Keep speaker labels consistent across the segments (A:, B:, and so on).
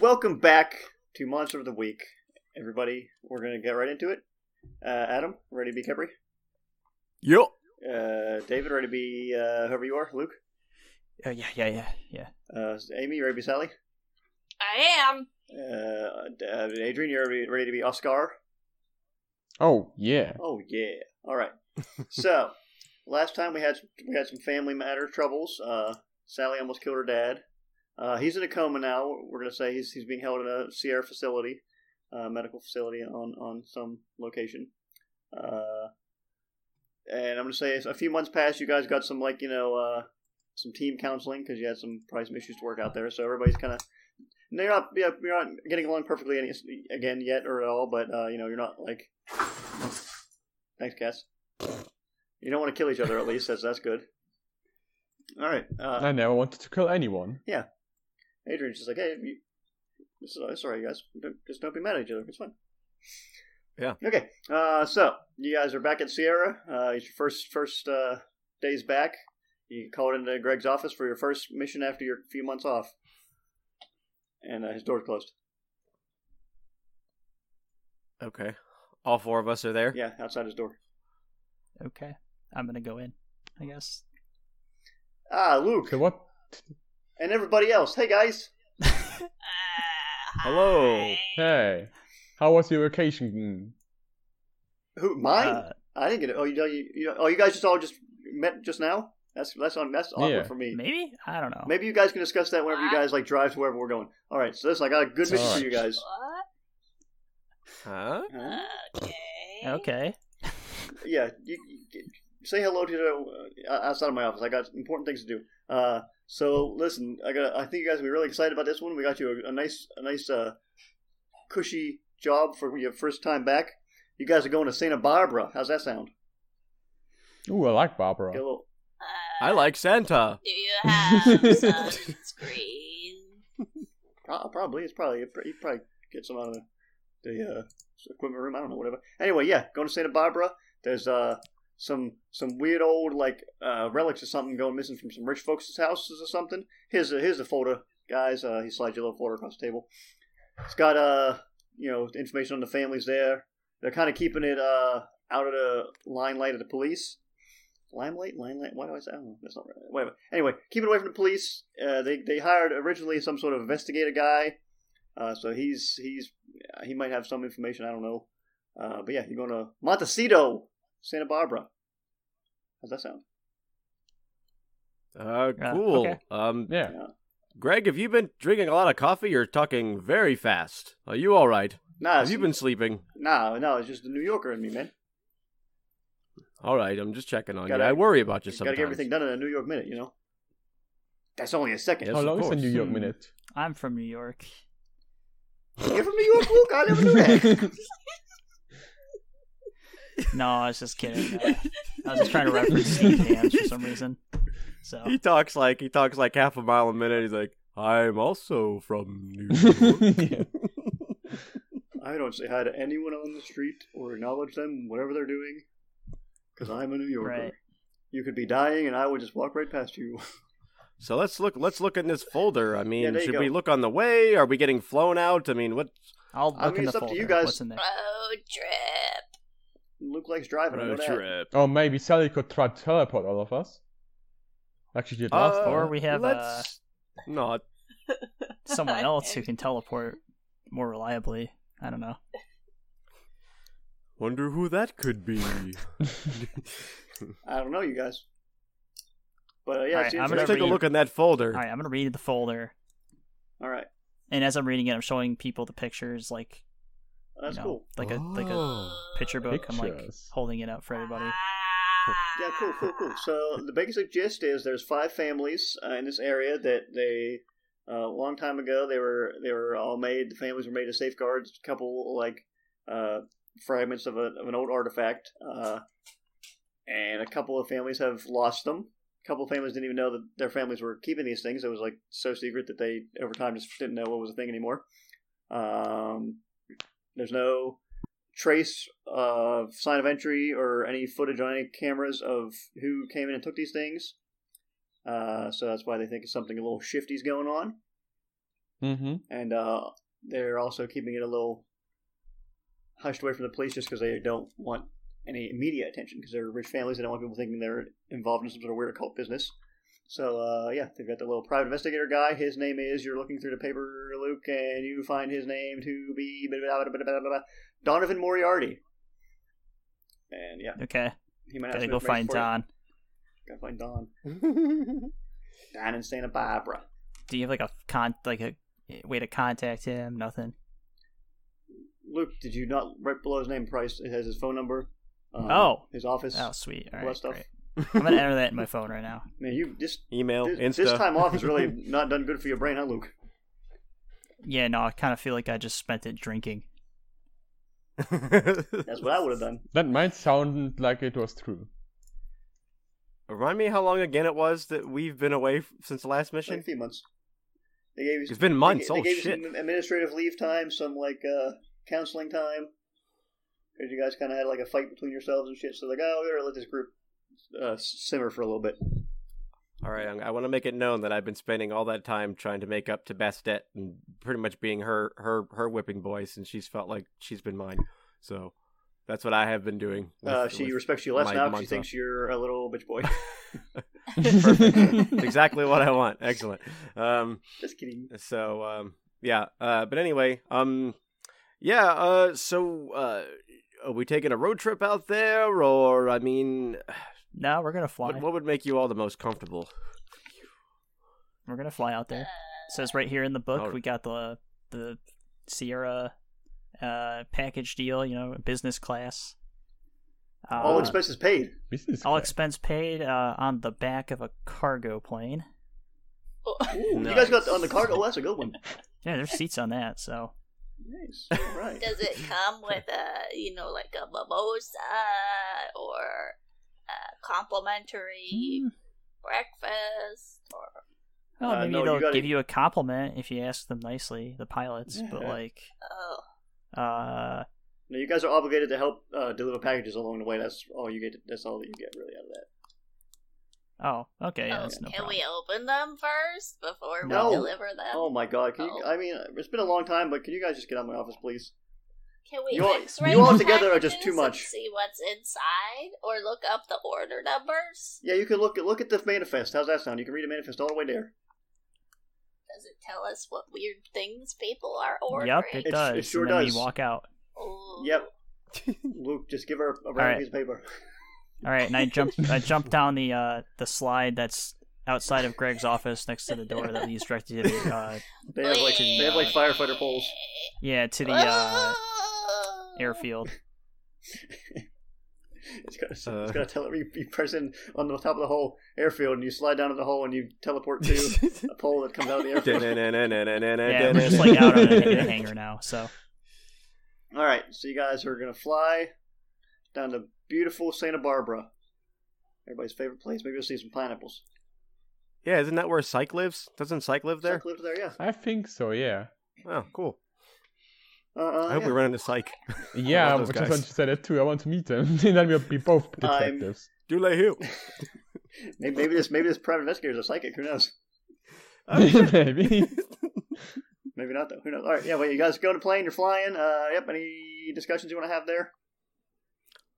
A: Welcome back to Monster of the Week, everybody. We're gonna get right into it. Uh, Adam, ready to be Capri?
B: Yep.
A: Uh, David, ready to be uh, whoever you are? Luke,
C: Oh yeah, yeah, yeah, yeah.
A: uh, Amy, ready to be Sally?
D: I am.
A: Uh, D- uh, Adrian, you're ready- ready to be Oscar?
B: Oh yeah.
A: Oh yeah. All right. so last time we had we had some family matter troubles. Uh, Sally almost killed her dad. Uh, he's in a coma now. We're gonna say he's he's being held in a Sierra facility, uh, medical facility on on some location. Uh, and I'm gonna say a few months past, you guys got some like you know uh, some team counseling because you had some probably some issues to work out there. So everybody's kind of. You're not, yeah, you're not getting along perfectly any, again yet or at all, but uh, you know you're not like Thanks, Cass. You don't want to kill each other, at least. That's that's good. All right, uh,
B: I never wanted to kill anyone.
A: Adrian's just like, hey, you, it's, it's all right, you guys. Don't, just don't be mad at each other. It's fine.
E: Yeah.
A: Okay. Uh, so you guys are back at Sierra. Uh, it's your first first uh, days back. You called into Greg's office for your first mission after your few months off, and uh, his door's closed.
E: Okay. All four of us are there.
A: Yeah, outside his door.
C: Okay, I'm gonna go in. I guess.
A: Ah, Luke
B: So what?
A: and everybody else. Hey, guys.
D: Uh,
E: Hello.
D: hi.
B: Hey, how was your vacation?
A: Who mine?
C: Uh,
A: I didn't get it. Oh, you, you, you oh, you guys just all just met just now. That's that's on that's awkward
B: Yeah.
A: for me. Maybe.
C: maybe I don't know.
A: you guys can discuss that whenever you guys like drive to wherever we're going. All right, so this I got a good mission for
B: Alright.
A: you guys.
E: Huh?
A: Huh?
D: What? Okay.
C: Okay.
A: Yeah, you, you- say hello to the, uh, outside of my office. I got important things to do. Uh, so listen, I got I think you guys will be really excited about this one. We got you a, a nice a nice uh, cushy job for your first time back. You guys are going to Santa Barbara. How's that sound?
B: Ooh, I like
A: Get a
B: Barbara.
A: little-
D: Uh,
E: I like Santa.
D: do you have sunscreen?
A: Pro- Oh, Probably it's probably you probably get some out of the uh, equipment room. I don't know whatever. Anyway, yeah, going to Santa Barbara. There's uh some some weird old like uh, relics or something going missing from some rich folks' houses or something. Here's a here's a folder, guys. Uh, he slides you a little folder across the table. It's got uh you know information on the families there. They're kind of keeping it uh out of the limelight of the police. Limelight, limelight. Why do I say? I don't know. That's not right. Whatever. Anyway, keep it away from the police. Uh, they they hired originally some sort of investigator guy, uh, so he's he's he might have some information. I don't know. Uh, but yeah, you're going to Montecito, Santa Barbara. How's that sound?
E: Uh,
C: Yeah,
E: cool.
C: okay.
E: Um,
B: Yeah.
E: Greg, have you been drinking a lot of coffee? You're talking very fast. Are you all right?
A: Nah,
E: Have you been sleeping?
A: Nah, no, it's just the New Yorker in me, man.
E: All right. I'm just checking on
A: Gotta-
E: you. I worry about you
A: Just gotta
E: sometimes.
A: get everything done in a New York minute, you know. That's only a second.
E: Yes,
B: How
E: of
B: long is the
E: course.
B: New York
C: Hmm.
B: minute?
C: I'm from New York.
A: You're from New York, Luke. I never knew that.
C: No, I was just kidding. Uh, I was just trying to reference St. Anne's for some reason. So
E: He talks like he talks like half a mile a minute. He's like, I'm also from New York.
B: Yeah.
A: I don't say hi to anyone on the street or acknowledge them, whatever they're doing, because I'm a New Yorker.
C: Right.
A: You could be dying, and I would just walk right past you.
E: so let's look. Let's look in this folder. I mean,
A: there you
E: should
A: go.
E: we look on the way? Are we getting flown out? I mean, what?
C: I'll look
A: I mean,
C: in the
A: it's up to
C: folder.
A: you guys.
C: What's in there?
D: Road trip.
A: Luke likes driving. I know
E: road
A: that.
E: trip.
B: or Oh, maybe Sally could try to teleport all of us. Like she did last
E: Uh,
B: time.
C: Or we have, uh,
E: Let's not
C: Someone else who can teleport more reliably. I don't know.
E: Wonder who that could be.
A: I don't know, you guys. But uh, yeah,
C: All
A: it's the
E: Let's
C: right, I'm gonna
A: information-
E: take a
C: read-
E: look in that folder.
C: All right, I'm gonna read the folder,
A: all right,
C: and as I'm reading it, I'm showing people the pictures, like
A: that's
C: you know,
A: cool.
C: like a like a
E: Oh.
C: picture book. I'm like
B: Pictures.
C: holding it up for everybody.
A: Ah. Yeah, cool, cool, cool. So the basic gist is there's five families uh, in this area that they uh, a long time ago they were they were all made. The families were made of safeguards, a couple like uh, fragments of, a, of an old artifact, uh, and a couple of families have lost them. A couple of families didn't even know that their families were keeping these things. It was like so secret that they over time just didn't know what was a thing anymore. Um, there's no trace of sign of entry or any footage on any cameras of who came in and took these things. Uh, so that's why they think it's something a little shifty's going on.
B: Mm-hmm.
A: and uh, they're also keeping it a little hushed away from the police just because they don't want any media attention because they're rich families. They don't want people thinking they're involved in some sort of weird occult business. So uh, yeah, they've got the little private investigator guy. His name is you're looking through the paper, Luke, and you find his name to be Donovan Moriarty. And yeah,
C: Okay,
A: he might have
C: gotta
A: some
C: go
A: information
C: find
A: for you. Gotta
C: Don.
A: find Don.
E: Oh.
A: Don in Santa Barbara.
C: Do you have like a con like a eh, way to contact him? Nothing.
A: Luke, did you not right below his name? Price it has his phone number. Um,
C: Oh.
A: his office.
C: Oh, sweet. All
A: All that
C: right,
A: stuff.
C: great. I'm gonna enter that in my phone right now.
A: Man, you this
E: Email,
A: this,
E: Insta.
A: this time off has really not done good for your brain, huh, Luke?
C: Yeah, no, I kind of feel like I just spent it drinking.
A: That's what I would have done.
B: That might sound like it was true.
E: Remind me how long again it was that we've been away f- since the last
A: Like a
E: mission.
A: few months. They gave you.
E: It's been months.
A: They,
E: Oh
A: they gave
E: shit!
A: you some administrative leave time, some like uh, counseling time, because you guys kind of had like a fight between yourselves and shit. So like, oh, we better let this group uh, simmer for a little bit.
E: All right, I'm- I want to make it known that I've been spending all that time trying to make up to Bastet and pretty much being her her her whipping boy since she's felt like she's been mine. So that's what I have been doing. with-
A: uh, she
E: with-
A: respects you less
E: my
A: now because she
E: months
A: thinks you're a little bitch boy.
E: Perfect. exactly what I want. Excellent. Um,
A: Just kidding.
E: so um, yeah. Uh, but anyway, um, yeah. Uh, so uh, are we taking a road trip out there, or I mean,
C: No, we're gonna fly.
E: what, what would make you all the most comfortable?
C: We're gonna fly out there. It says right here in the book,
E: Oh.
C: we got the the Sierra uh, package deal. You know, business class. Uh,
A: All expenses paid.
B: Business.
C: all
B: crap.
C: expense paid uh, on the back of a cargo plane.
A: Ooh, You guys got
E: Nice.
A: on the cargo. Oh, that's a good one.
C: Yeah, there's seats on that. So
A: Nice. All right.
D: Uh, Does it come with a, you know, like a mimosa or a
C: Mm.
D: complimentary breakfast? Or
C: well,
A: Uh,
C: maybe
A: no, you
C: they'll
A: gotta-
C: give you a compliment if you ask them nicely, the pilots. But
A: Yeah.
C: like,
D: oh,
C: uh,
A: No, you guys are obligated to help uh, deliver packages along the way. That's all you get. That's all that you get really out of that.
C: oh, okay, yeah,
D: oh,
C: that's no
D: can
C: problem.
D: we open them first before
A: No.
D: we deliver them?
A: Oh my god! Can you,
D: Oh.
A: I mean, uh, it's been a long time, but can you guys just get out of my office, please?
D: Can we
A: You all-
D: X-ray
A: you all
D: the
A: together are just
D: packages
A: too
D: and
A: much.
D: See what's inside, or look up the order numbers.
A: Yeah, you can look at look at the manifest. How's that sound? You can read the manifest all the way there.
D: Does it tell us what weird things people are ordering?
C: Yep, it
A: It-
C: does.
A: it sure
C: and then
A: does.
C: We walk out.
D: Ooh.
A: Yep. Luke, just give her a random
C: right.
A: piece of paper.
C: All right, and I jump I jump down the uh, the slide that's outside of Greg's office next to the door that leads directly to the uh,
A: They have like they have like firefighter poles.
C: yeah to the uh,
D: Oh.
C: airfield.
A: It's got a,
E: Uh.
A: it's got a tele- you, you press in on the top of the whole airfield, and you slide down to the hole, and you teleport to a pole that comes out of the airfield.
C: Yeah, we're just like out on a, in a hangar now. So
A: all right, so you guys are gonna fly down to beautiful Santa Barbara, everybody's favorite place. Maybe you'll see some pineapples.
E: Yeah, isn't that where Psych lives? Doesn't Psych live there?
A: Chuck lived there, yeah.
B: I think so. Yeah.
E: Oh, cool.
A: Uh, uh,
E: I hope
A: yeah.
C: Oh,
E: we run into Psych.
B: Yeah,
E: those
B: I just
E: guys.
B: want to say that too. I want to meet them. then we'll be both
A: I'm-
B: detectives.
E: Do lay who?
A: Maybe, maybe this maybe this private investigator is a psychic. Who knows?
E: Uh,
B: Maybe.
A: Maybe not though. Who knows? All right, yeah. Well, you guys go to plane. You're flying. Uh, yep. Any discussions you want to have there?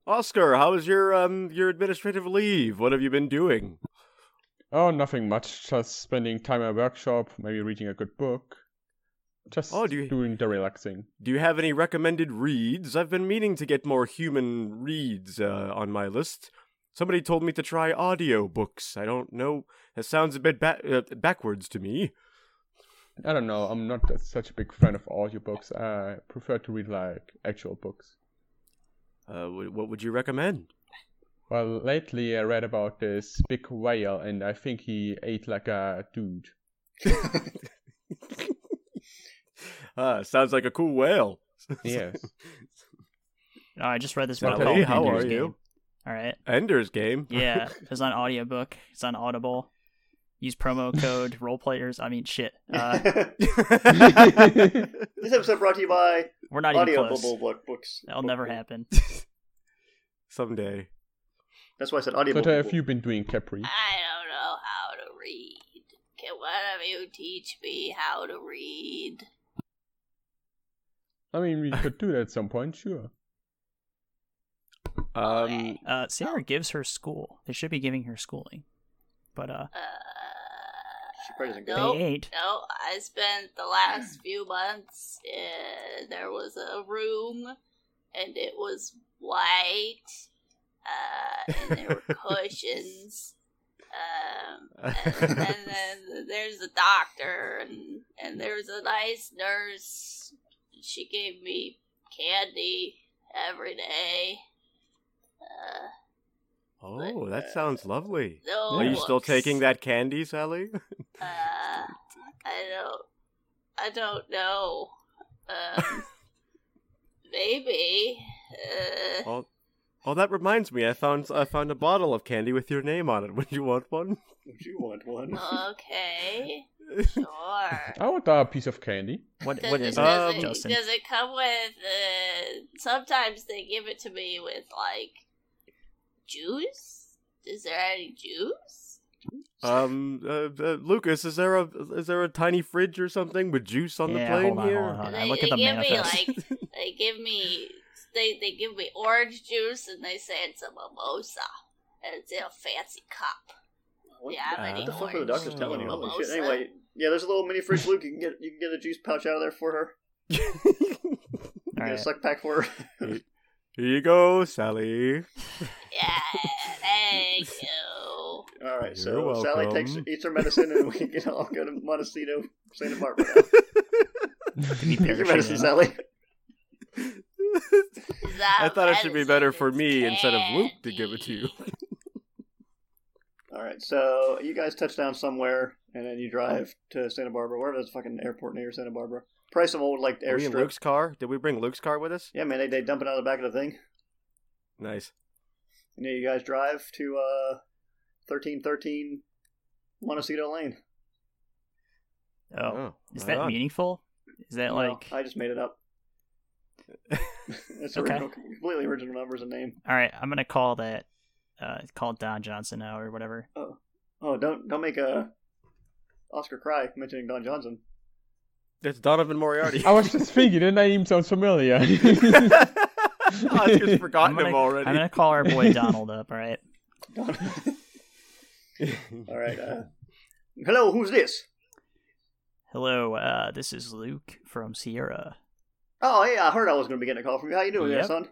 E: Oscar, how was your um your administrative leave? What have you been doing?
B: Oh, nothing much. Just spending time at a workshop, maybe reading a good book. Just
E: Oh, do you-
B: doing the relaxing.
E: Do you have any recommended reads? I've been meaning to get more human reads uh, on my list. Somebody told me to try audiobooks. I don't know. That sounds a bit ba- uh, backwards to me.
B: I don't know. I'm not a- such a big fan of audiobooks. I prefer to read like actual books.
E: Uh, wh- what would you recommend?
B: Well, lately I read about this big whale, and I think he ate like a dude.
E: Uh, sounds like a cool whale.
B: Yes.
C: uh, I just read this book.
B: Okay,
C: called
B: how
C: Ender's
B: are
E: you?
C: Game. All right.
E: Ender's Game.
C: Yeah, it's on audiobook. It's on Audible. Use promo code roleplayers. I mean, shit. Uh,
A: this episode brought to you by
C: we're not even
A: Audio
C: close.
A: Bubble book, Books.
C: That'll
A: Book-
C: never
A: book.
C: happen.
E: Someday.
A: That's why I said Audio
B: what
A: Bubble
B: have
A: Book.
B: you been doing, Capri?
D: I don't know how to read. Can
F: Why don't you teach me how to read?
B: I mean, we could do that at some point, sure.
E: Um,
C: Uh, Sarah gives her school. They should be giving her schooling, but uh,
F: Uh,
A: She probably doesn't
F: no. Nope.
C: they ain't.
F: no, I spent the last few months. Uh, there was a room, and it was white, uh, and there were cushions. Um, and then there's a doctor and and there's a nice nurse she gave me candy every day uh,
E: oh, that sounds lovely.
F: no
E: Are you still
F: books.
E: taking that candy, Sally?
F: uh, i don't i don't know um, maybe uh,
E: Oh, oh, that reminds me. I found I found a bottle of candy with your name on it. Would you want one?
A: Would you want one?
F: Uh, okay sure
B: I would die a piece of candy.
C: What
F: Does
C: what
F: it,
C: is
E: Um,
C: it,
F: does, it,
C: Justin?
F: does it come with? Uh, sometimes they give it to me with like juice. Is there any juice?
E: Um, uh, uh, Lucas, is there a is there a tiny fridge or something with juice on
C: yeah,
E: the plane
C: hold on,
E: here?
C: hold on, hold on. I
F: They-
C: look
F: they
C: at the
F: give me,
C: manifest.
F: like- They give me they they give me orange juice and they say it's a mimosa and it's in a fancy cup.
A: What
F: Yeah, I have
E: Uh,
F: any
A: the fuck are the
F: orange.
A: doctors telling you? Holy shit.
F: Mimosa?
A: Anyway, yeah, there's a little mini fridge, Luke. You can get you can get a juice pouch out of there for her. You
C: All
A: get
C: right.
A: a suck pack for her.
E: Here you go, Sally.
F: Yeah, thank you.
A: All right, so
E: You're
A: Sally takes
E: welcome.
A: eats her medicine, and we can all go to Montecito, Santa Barbara. Take your medicine, Sally.
F: Is that
E: I thought it should be
F: medicine?
E: better for
F: It's
E: me instead of Luke to give it to you.
F: candy.
A: All right, so you guys touch down somewhere, and then you drive to Santa Barbara, wherever there's a fucking airport near Santa Barbara. Probably some old like
E: Are we in
A: airstrip.
E: Luke's car? Did we bring Luke's car with us?
A: Yeah, man, they, they dump it out of the back of the thing.
E: Nice.
A: And then you guys drive to uh, thirteen thirteen Montecito Lane.
C: Oh, is
E: right
C: that
E: on.
C: meaningful? Is that
A: No,
C: like
A: I just made it up. it's
C: Okay.
A: original, completely original numbers and name.
C: all right? I'm gonna call that. Uh, call Don Johnson now or whatever.
A: Oh, don't don't make a Oscar cry mentioning Don Johnson.
E: That's Donovan Moriarty.
C: Oh.
B: I was just thinking, the name sounds familiar.
E: I've just forgotten
C: I'm gonna,
E: him already.
C: I'm gonna call our boy Donald up. All right.
A: Don- all right. Uh, hello, who's this?
C: Hello, uh, this is Luke from Sierra.
A: Oh, hey, I heard I was going to be getting a call from you. How you doing
C: Yep.
A: there, son?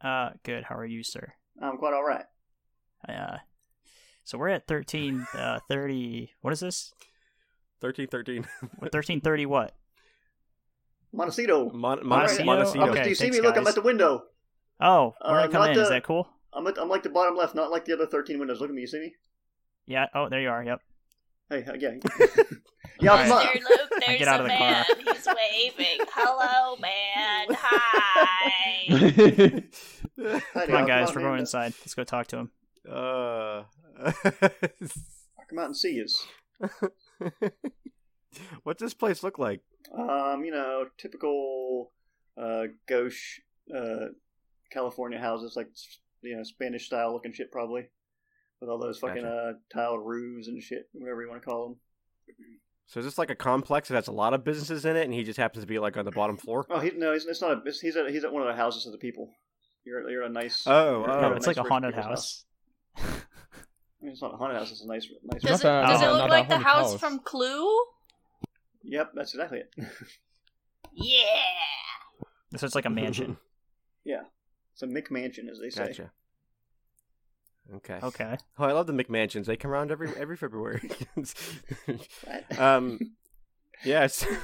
C: Uh, good. How are you, sir?
A: I'm quite all right.
C: Uh, so we're at thirteen uh, thirty. What is this?
E: Thirteen, thirteen.
C: Thirteen thirty. What?
A: Montecito.
E: Mon- Mon-
A: Montecito?
E: Montecito.
A: I'm-
C: Okay,
A: do you see
C: thanks,
A: me? Look, I'm
C: guys.
A: at the window.
C: Oh,
A: Uh,
C: we're gonna come
A: not
C: in. Is
A: the-
C: that cool?
A: I'm at, I'm like the bottom left, not like the other 13 windows. Look at me. You see me?
C: Yeah. Oh, there you are. Yep.
A: Hey, again. yeah, I'm
F: There's
A: up.
F: there, Luke, there's
C: get out of
F: a
C: the
F: man.
C: car.
F: He's waving. Hello, man. Hi.
A: Hi,
C: Come
A: Dale.
C: on, guys. We're
A: man.
C: going inside. Let's go talk to him.
E: Uh,
A: I'll come out and see you.
E: what's this place look like?
A: Um, you know, typical uh, gauche uh, California houses, like you know, Spanish style looking shit, probably with all those fucking uh, tiled roofs and shit, whatever you want to call them.
E: So is this like a complex that has a lot of businesses in it, and he just happens to be like on the bottom floor?
A: Oh, he, no, he's, it's not a. It's, he's at he's at one of the houses of the people. You're you're a nice.
E: Oh,
A: you're-
E: oh.
A: you're
C: no, it's like a
A: rich
C: haunted
A: people's
C: house.
A: I mean, it's not a haunted house. It's a nice, nice.
F: Does it,
B: Not a-
F: does it
C: oh,
F: look
B: uh, not a
F: like the
B: haunted
F: house,
B: house.
F: from Clue?
A: Yep, that's exactly it.
F: Yeah.
C: So it's like a mansion.
A: It's a McMansion, as they say.
E: Gotcha. Okay.
C: okay.
E: Oh, I love the McMansions. They come around every every February.
A: Right?
E: um, yes.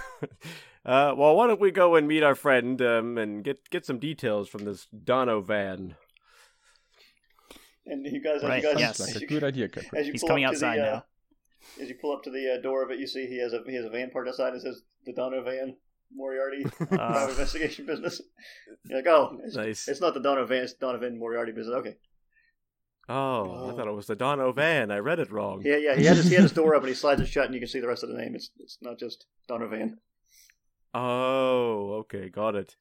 E: Uh, well, why don't we go and meet our friend um, and get get some details from this Donovan?
A: and you guys, as
C: right,
A: you guys,
C: yes.
B: Sounds
A: as
B: like a
A: you,
B: good idea, Captain.
A: as you
C: He's
A: pull
C: coming
A: up to the,
C: outside
A: uh,
C: now.
A: As you pull up to the uh, door of it, you see he has a he has a van parked outside. It says the Donovan Moriarty
C: Uh,
A: private investigation business. You're like, oh, it's,
E: Nice.
A: it's not the Donovan, it's Donovan Moriarty business. Okay,
E: Oh, I
A: Oh.
E: thought it was the Donovan. I read it wrong.
A: yeah, yeah. He has his, he has his door up and he slides it shut, and you can see the rest of the name. It's it's not just Donovan.
E: Oh, okay, got it.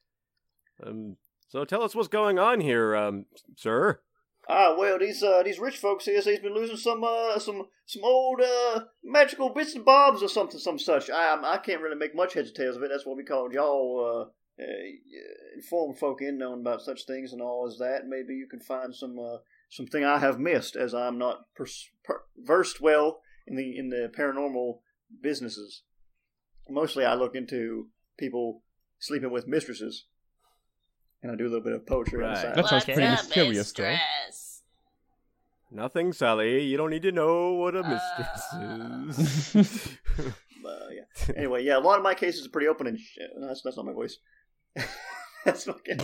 E: Um, so tell us what's going on here, um, sir.
A: Ah, well, these uh, these rich folks here say he's been losing some uh, some some old uh, magical bits and bobs or something, some such. I I can't really make much heads or tails of it. That's what we call y'all uh, uh, informed folk in knowing about such things and all as that. Maybe you can find some uh, something I have missed, as I'm not pers- per- versed well in the in the paranormal businesses. Mostly, I look into people sleeping with mistresses, and I do a little bit of poetry on the
E: Right.
A: side.
B: That sounds
D: What's
B: pretty
D: a
B: mysterious, though.
D: mistress?
E: Nothing, Sally. You don't need to know what a mistress is.
A: Uh, yeah. Anyway, yeah, a lot of my cases are pretty open and shit. No, that's, that's not my voice. that's fucking.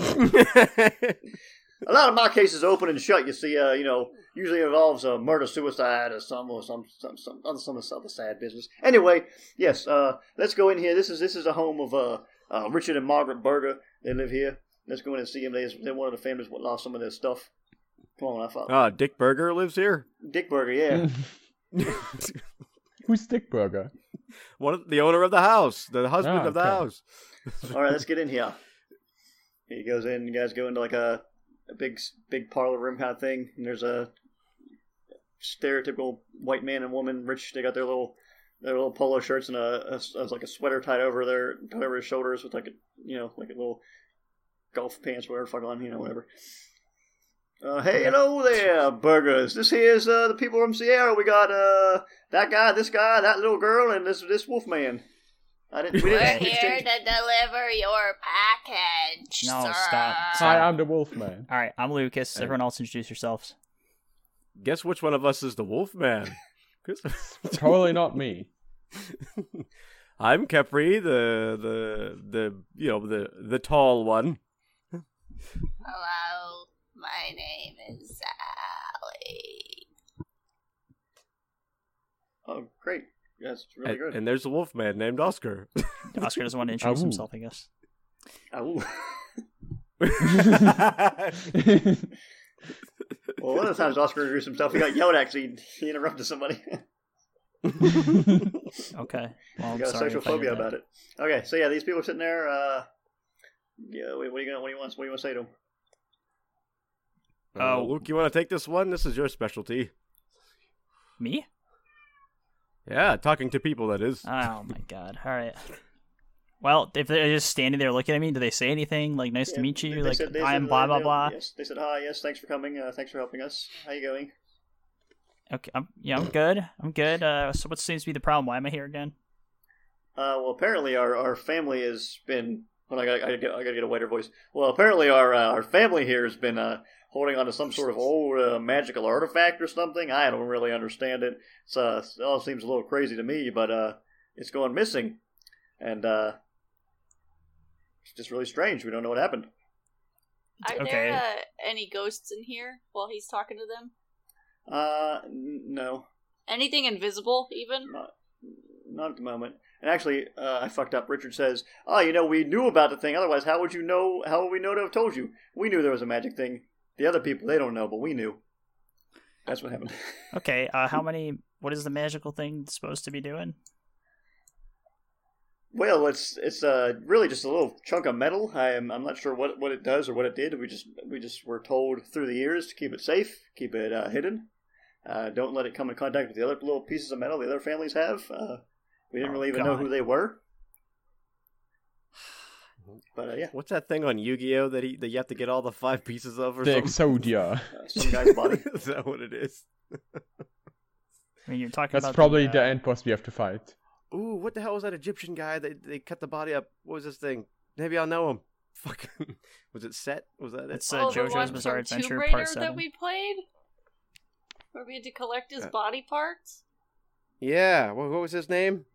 A: A lot of my cases are open and shut. You see, uh, you know, usually involves a murder, suicide, or some or some some some other some other sad business. Anyway, yes, uh, let's go in here. This is this is a home of uh, uh, Richard and Margaret Berger. They live here. Let's go in and see them. They, they're one of the families what lost some of their stuff. Come on, I thought
E: Ah, Dick Berger lives here.
A: Dick Berger. Yeah,
B: Who's Dick Burger?
E: One of the owner of the house, the husband
B: Ah,
E: of the
B: okay.
E: house.
A: All right, let's get in here. He goes in. You guys go into like a, a big, big parlor room kind of thing. And there's a stereotypical white man and woman, rich. They got their little, their little polo shirts and a, a s- a- like a sweater tied over their tied over his shoulders with like a, you know, like a little golf pants, whatever, fuck on, you know, whatever. Uh, hey, hello there, burgers. This here's uh, the people from Sierra. We got uh, that guy, this guy, that little girl, and this this wolf man. I didn't. We
D: We're
A: didn't
D: here
A: exchange-
D: to deliver your package.
C: No,
D: sir.
C: stop.
F: Uh,
B: Hi, I'm the Wolfman.
C: All right, I'm Lucas. Everyone else introduce yourselves.
E: Guess which one of us is the wolf man?
B: Totally not me.
E: I'm Capri, the the the you know the the tall one.
D: Hello, my name is Sally.
A: Oh, great. That's really
E: And,
A: good.
E: and there's a wolf man named Oscar.
C: Oscar doesn't want to introduce
B: Ow.
C: himself, I guess.
A: Ow.
E: That's
A: well, one of the times Oscar introduced himself, he got yelled at actually. He interrupted somebody.
C: Okay. Well,
A: he
C: I'm
A: got
C: sorry
A: social
C: if I did
A: phobia
C: that.
A: about it. Okay, so yeah, these people are sitting there. Uh, yeah, what what are you gonna? What do you want? What do you want to say to them?
E: Uh,
C: Oh.
E: Luke, you want to take this one? This is your specialty.
C: Me?
E: Yeah, talking to people. That is.
C: Oh my god. All right. Well, if they're just standing there looking at me, do they say anything like "Nice to meet you"? Like I'm blah blah blah.
A: Yes, they said hi. Yes, thanks for coming. Uh, thanks for helping us. How you going?
C: Okay. I'm, yeah, I'm good. I'm good. Uh, so what seems to be the problem? Why am I here again?
A: Uh, well, apparently our, our family has been. Well, I gotta, I, gotta, I gotta get a wider voice. Well, apparently our uh, our family here has been uh, holding on to some sort of old uh, magical artifact or something. I don't really understand it. It's, uh, it all seems a little crazy to me, but uh, it's going missing, and uh, it's just really strange. We don't know what happened.
D: Are
C: Okay.
D: there uh, any ghosts in here while he's talking to them?
A: Uh, n- no,
D: Anything invisible, even?
A: not not at the moment. And actually, uh, I fucked up. Richard says, "Oh, you know, we knew about the thing. Otherwise, how would you know? How would we know to have told you? We knew there was a magic thing. The other people, they don't know, but we knew. That's what happened.
C: Okay. Uh, how many? What is the magical thing supposed to be doing?
A: well, it's it's uh, really just a little chunk of metal. I am I'm not sure what, what it does or what it did. We just we just were told through the years to keep it safe, keep it uh, hidden. Uh, don't let it come in contact with the other little pieces of metal the other families have. Uh, we didn't
C: Oh,
A: really even know
C: God.
A: who they were.
C: Mm-hmm.
A: But uh, yeah."
E: What's that thing on Yu-Gi-Oh that he that you have to get all the five pieces of or
B: The
E: something?
B: Exodia.
A: uh, some guy's body.
E: is that what it is?
C: I mean, you're talking
B: That's
C: about
B: probably
C: the,
B: the
C: uh,
B: end boss we have to fight.
E: Ooh, what the hell was that Egyptian guy that they cut the body up? What was this thing? Maybe I'll know him. Fucking was it Set? Was that it?
C: It's uh,
D: Oh, the one
C: JoJo's
D: from
C: Bizarre
D: Tomb
C: Adventure
D: Raider
C: Part
D: that
C: Seven.
D: we played? Where we had to collect his
E: Uh,
D: body parts?
E: Yeah. What, what was his name?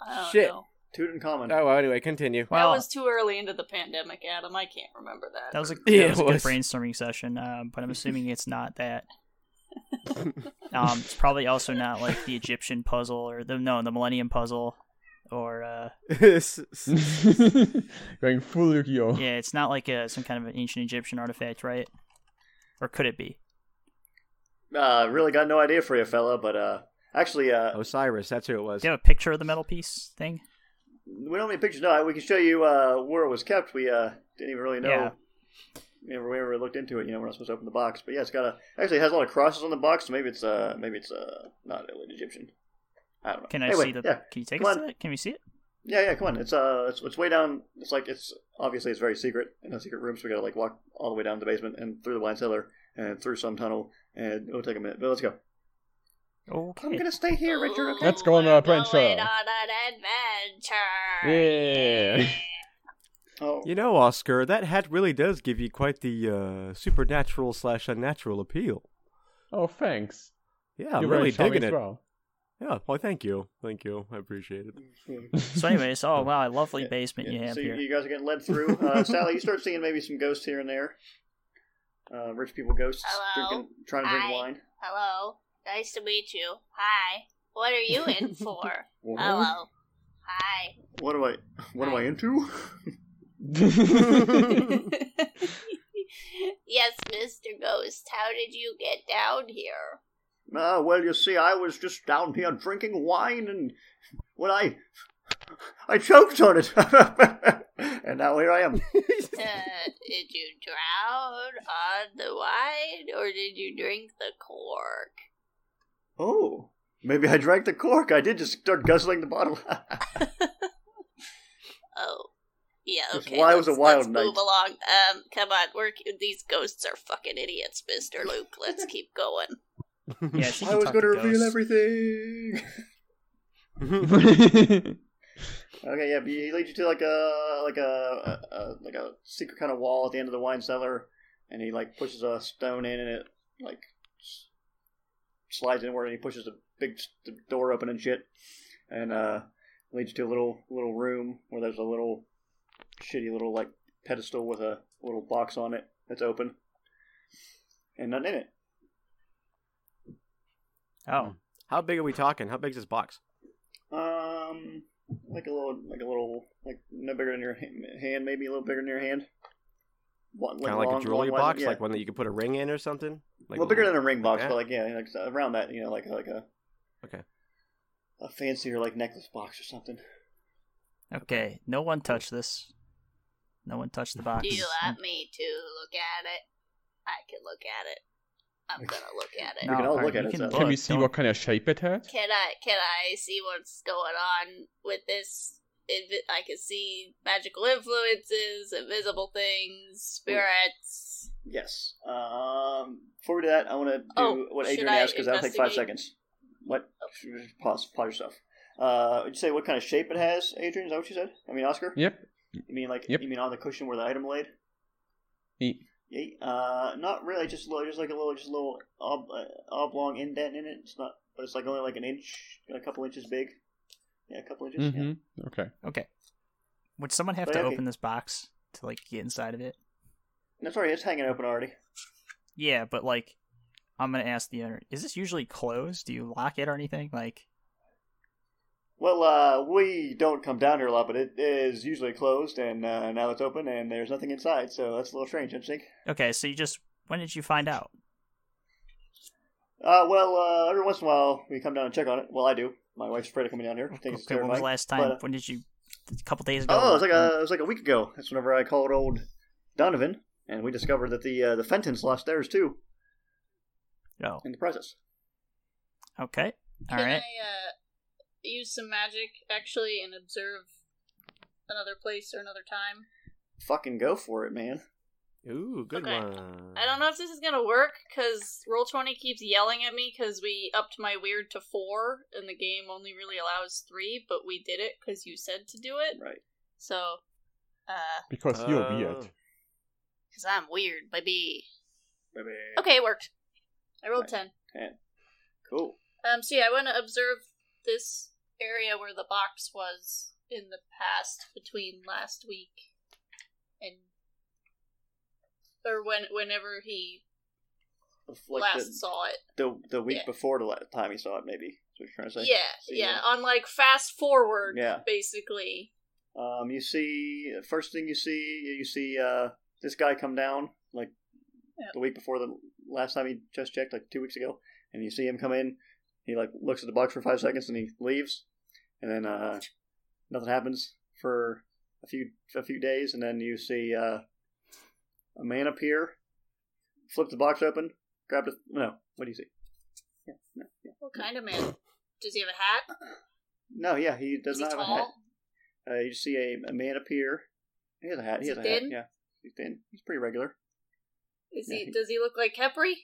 D: I don't
E: shit.
D: know.
A: Tootankamen.
C: Uh,
E: Oh, well, anyway, continue.
C: Well-
D: that was too early into the pandemic, Adam. I can't remember that.
C: That was a, that
E: Yeah,
C: was a
E: it
C: good
E: was.
C: brainstorming session, um, but I'm assuming it's not that. Um, it's probably also not like the Egyptian puzzle or the no, the Millennium puzzle, or uh,
E: S- s-
B: Going full Yu-Gi-Oh.
C: yeah, it's not like a, some kind of an ancient Egyptian artifact, right? Or could it be?
A: Uh, really got no idea for you, fella. But uh, actually, uh,
C: Oh.
E: Osiris. That's who it was.
C: Do you have a picture of the metal piece thing?
A: we don't need pictures. No, we can show you uh, where it was kept. We uh, didn't even really know.
C: Yeah.
A: never we ever looked into it. You know, we're not supposed to open the box, but yeah, it's got a actually it has a lot of crosses on the box. So maybe it's uh maybe it's uh not late Egyptian. I don't know.
C: Can I
A: Anyway,
C: see the?
A: Yeah,
C: Can you take
A: Come
C: us
A: on.
C: to it? Can we see it?
A: yeah, yeah. Come on, it's uh it's, it's way down. It's like it's obviously it's very secret in a secret room, so we gotta like walk all the way down to the basement and through the wine cellar and through some tunnel, and it'll take a minute. But let's go. I'm
C: Okay.
A: gonna stay here, Richard. Okay.
B: Let's go on an
D: We're
B: adventure.
D: Going on an adventure.
B: Yeah.
A: Oh,
E: You know, Oscar, that hat really does give you quite the uh, supernatural slash unnatural appeal.
B: Oh, thanks.
E: Yeah, I'm
B: You're
E: really
B: very charming
E: digging
B: as
E: it.
B: well.
E: Yeah, well, thank you, thank you, I appreciate it.
C: So, anyways, oh wow, a lovely
A: Yeah,
C: basement you
A: Yeah,
C: have
A: so
C: here.
A: you guys are getting led through. Uh, Sally, you start seeing maybe some ghosts here and there. Uh, rich people ghosts
D: Hello?
A: drinking, trying to drink
D: Hi.
A: wine.
D: Hello. Nice to meet you. Hi. What are you in for?
A: What?
D: Hello. Hi.
A: What am I? What am I into?
D: yes, Mr. Ghost, how did you get down here?
A: Ah, well, you see, I was just down here drinking wine, and well, I, I choked on it, and now here I am.
D: Uh, did you drown on the wine, or did you drink the cork?
A: Oh, maybe I drank the cork. I did just start guzzling the bottle.
D: Oh, yeah.
A: This
D: Okay.
A: wi-
D: Why
A: was a
D: let's
A: wild night.
D: Move along. Um, come on. We're these ghosts are fucking idiots, Mister Luke. Let's keep going.
C: Yeah, she
A: I
C: can
A: was
C: talk
A: going to
C: ghosts.
A: reveal everything. Okay, yeah, but he leads you to like a like a, a, a like a secret kind of wall at the end of the wine cellar, and he like pushes a stone in, and it like s- slides inward, and he pushes the big s- the door open and shit, and uh, leads you to a little little room where there's a little shitty little like pedestal with a little box on it that's open, and nothing in it.
C: Oh,
A: Mm,
E: How big are we talking? How big's this box?
A: Um, like a little, like a little, like no bigger than your ha- hand, maybe a little bigger than your hand. What,
E: Kind of like
A: long-
E: a jewelry
A: long-wise,
E: box,
A: yeah.
E: like one that you could put a ring in or something. Like
A: well, bigger than a ring box,
E: that?
A: but like yeah, like around that, you know, like like a
E: Okay.
A: a fancier like necklace box or something.
C: okay. No one touched this. No one touched the box.
D: Do you want me to look at it? I can look at it. I'm gonna look at it.
A: We can all
C: alright,
A: look at
C: you
A: it, so-
C: can
B: Can we
C: look,
B: see
C: don't-
B: what kind of shape it had?
D: Can I can I see what's going on with this? Invi- I can see magical influences, invisible things, spirits.
A: Yes. Um, before we do that, I want to do
D: Oh,
A: what
D: should
A: Adrian
D: I
A: asked because that'll take five
D: investigate? Oh.
A: seconds. What? Pause. Pause yourself. Uh, would you say what kind of shape it has, Adrian? Is that what you said? I mean, Oscar.
B: Yep.
A: You mean like
B: Yep.
A: you mean on the cushion where the item laid?
B: E-
A: Yeah, uh, not really. Just a little, just like a little, just a little ob- uh, oblong indent in it. It's not, but it's like only like an inch, a couple inches big. Yeah, a couple inches. Yeah.
C: Mm-hmm.
B: mhm. Okay.
C: Okay. Would someone have
A: But
C: to
A: okay.
C: open this box to like get inside of it?
A: That's already it's hanging open already.
C: Yeah, but like, I'm gonna ask the owner. Is this usually closed? Do you lock it or anything? Like,
A: Well, uh, we don't come down here a lot, but it is usually closed, and uh, now it's open, and there's nothing inside, so that's a little strange, don't you think?
C: okay, so you just when did you find out?
A: Uh, well, uh, every once in a while we come down and check on it. Well, I do. My wife's afraid of coming down here. Thinks it's
C: Okay, when was
A: terrifying,
C: the last time?
A: but, uh,
C: when did you? A couple days ago.
A: Oh, it was like a it was like a week ago. That's whenever I called old Donovan, and we discovered that the uh, the Fentons lost theirs too
C: Oh,
A: in the process.
C: okay. All
D: can
C: right.
D: I uh, use some magic actually and observe another place or another time?
A: Fucking go for it, man.
E: Ooh, good
D: Okay.
E: one.
D: I don't know if this is gonna work because roll twenty keeps yelling at me because we upped my weird to four and the game only really allows three, but we did it because you said to do it.
A: Right.
D: So, uh,
B: Because you're
E: Oh.
B: weird.
D: because I'm weird, baby.
A: Maybe.
D: Okay, it worked. I rolled
A: Right.
D: ten.
A: Cool.
D: Um, so yeah, I want to observe this area where the box was in the past between last week and or when whenever he
A: Like
D: last
A: the,
D: saw it.
A: the the week
D: yeah.
A: before the last time he saw it, maybe. That's what you're trying to say.
D: yeah,
A: so you
D: yeah.
A: wanna-
D: On like fast forward,
A: Yeah.
D: basically.
A: Um, you see, first thing you see, you see uh, this guy come down like
D: Yeah.
A: the week before the last time he just checked, like two weeks ago, and you see him come in. He like looks at the box for five seconds and he leaves, and then uh, nothing happens for a few a few days, and then you see uh, a man appear, flipped the box open, grabbed a no. What do you see? Yeah, no, yeah.
D: What kind of man? Does he have a hat?
A: No, yeah, he does
D: Is he
A: not have
D: tall?
A: a hat. Uh, you see a, a man appear. He has a hat. He
D: Is
A: has
D: he
A: a hat.
D: thin?
A: Yeah, he's thin. He's pretty regular.
D: Is
A: Yeah,
D: he?
A: he-
D: Does he look like Kepri?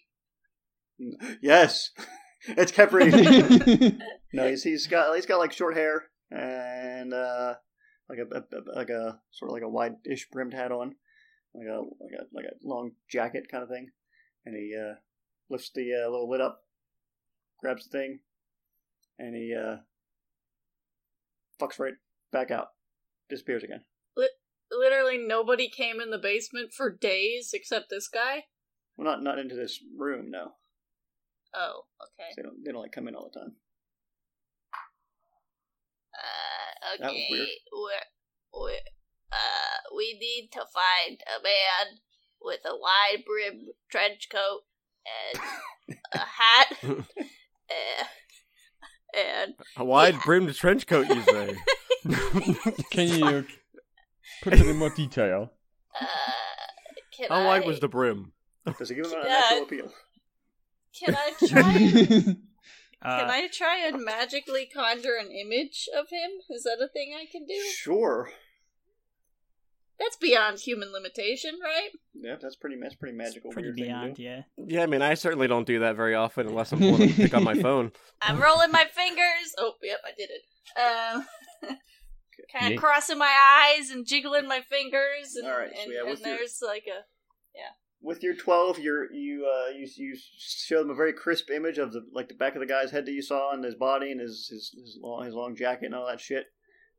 A: Mm. Yes, it's Kepri.
B: He's
A: no, he's he's got he's got like short hair and uh, like a, a- a- like a sort of like a wide-ish brimmed hat on, like a like a like a long jacket kind of thing, and he uh, lifts the uh, little lid up, grabs the thing, and he uh, fucks right back out, disappears again.
D: Literally nobody came in the basement for days except this guy.
A: Well, not not into this room, no.
D: Oh, okay.
A: They don't they don't like come in all the time.
D: Uh,
A: That was
D: okay.
A: weird.
D: We're, we're, uh, we need to find a man with a wide brim trench coat and a hat. and, and
E: A wide brimmed trench coat, you say?
B: Can you put it in more detail?
D: uh, can
E: How
D: I,
E: wide was the brim?
A: Does it give him an
D: Yeah.
A: actual appeal?
D: Can I try? Can
C: Uh,
D: I try and magically conjure an image of him? Is that a thing I can do?
A: Sure.
D: That's beyond human limitation, right?
A: Yep, that's pretty that's pretty magical.
C: pretty
A: weird thing to
C: beyond,
A: do.
C: yeah.
E: Yeah, I mean, I certainly don't do that very often unless I'm going to pick up my phone.
D: I'm
C: Oh.
D: rolling my fingers. Oh, yep, I did it. Um, kind
B: Yeah.
D: of crossing my eyes and jiggling my fingers, and,
A: All right, so
D: and,
A: yeah,
D: and
A: what's your-
D: there's like a
A: With your twelve, you're, you uh, you you show them a very crisp image of the like the back of the guy's head that you saw and his body and his his, his long his long jacket and all that shit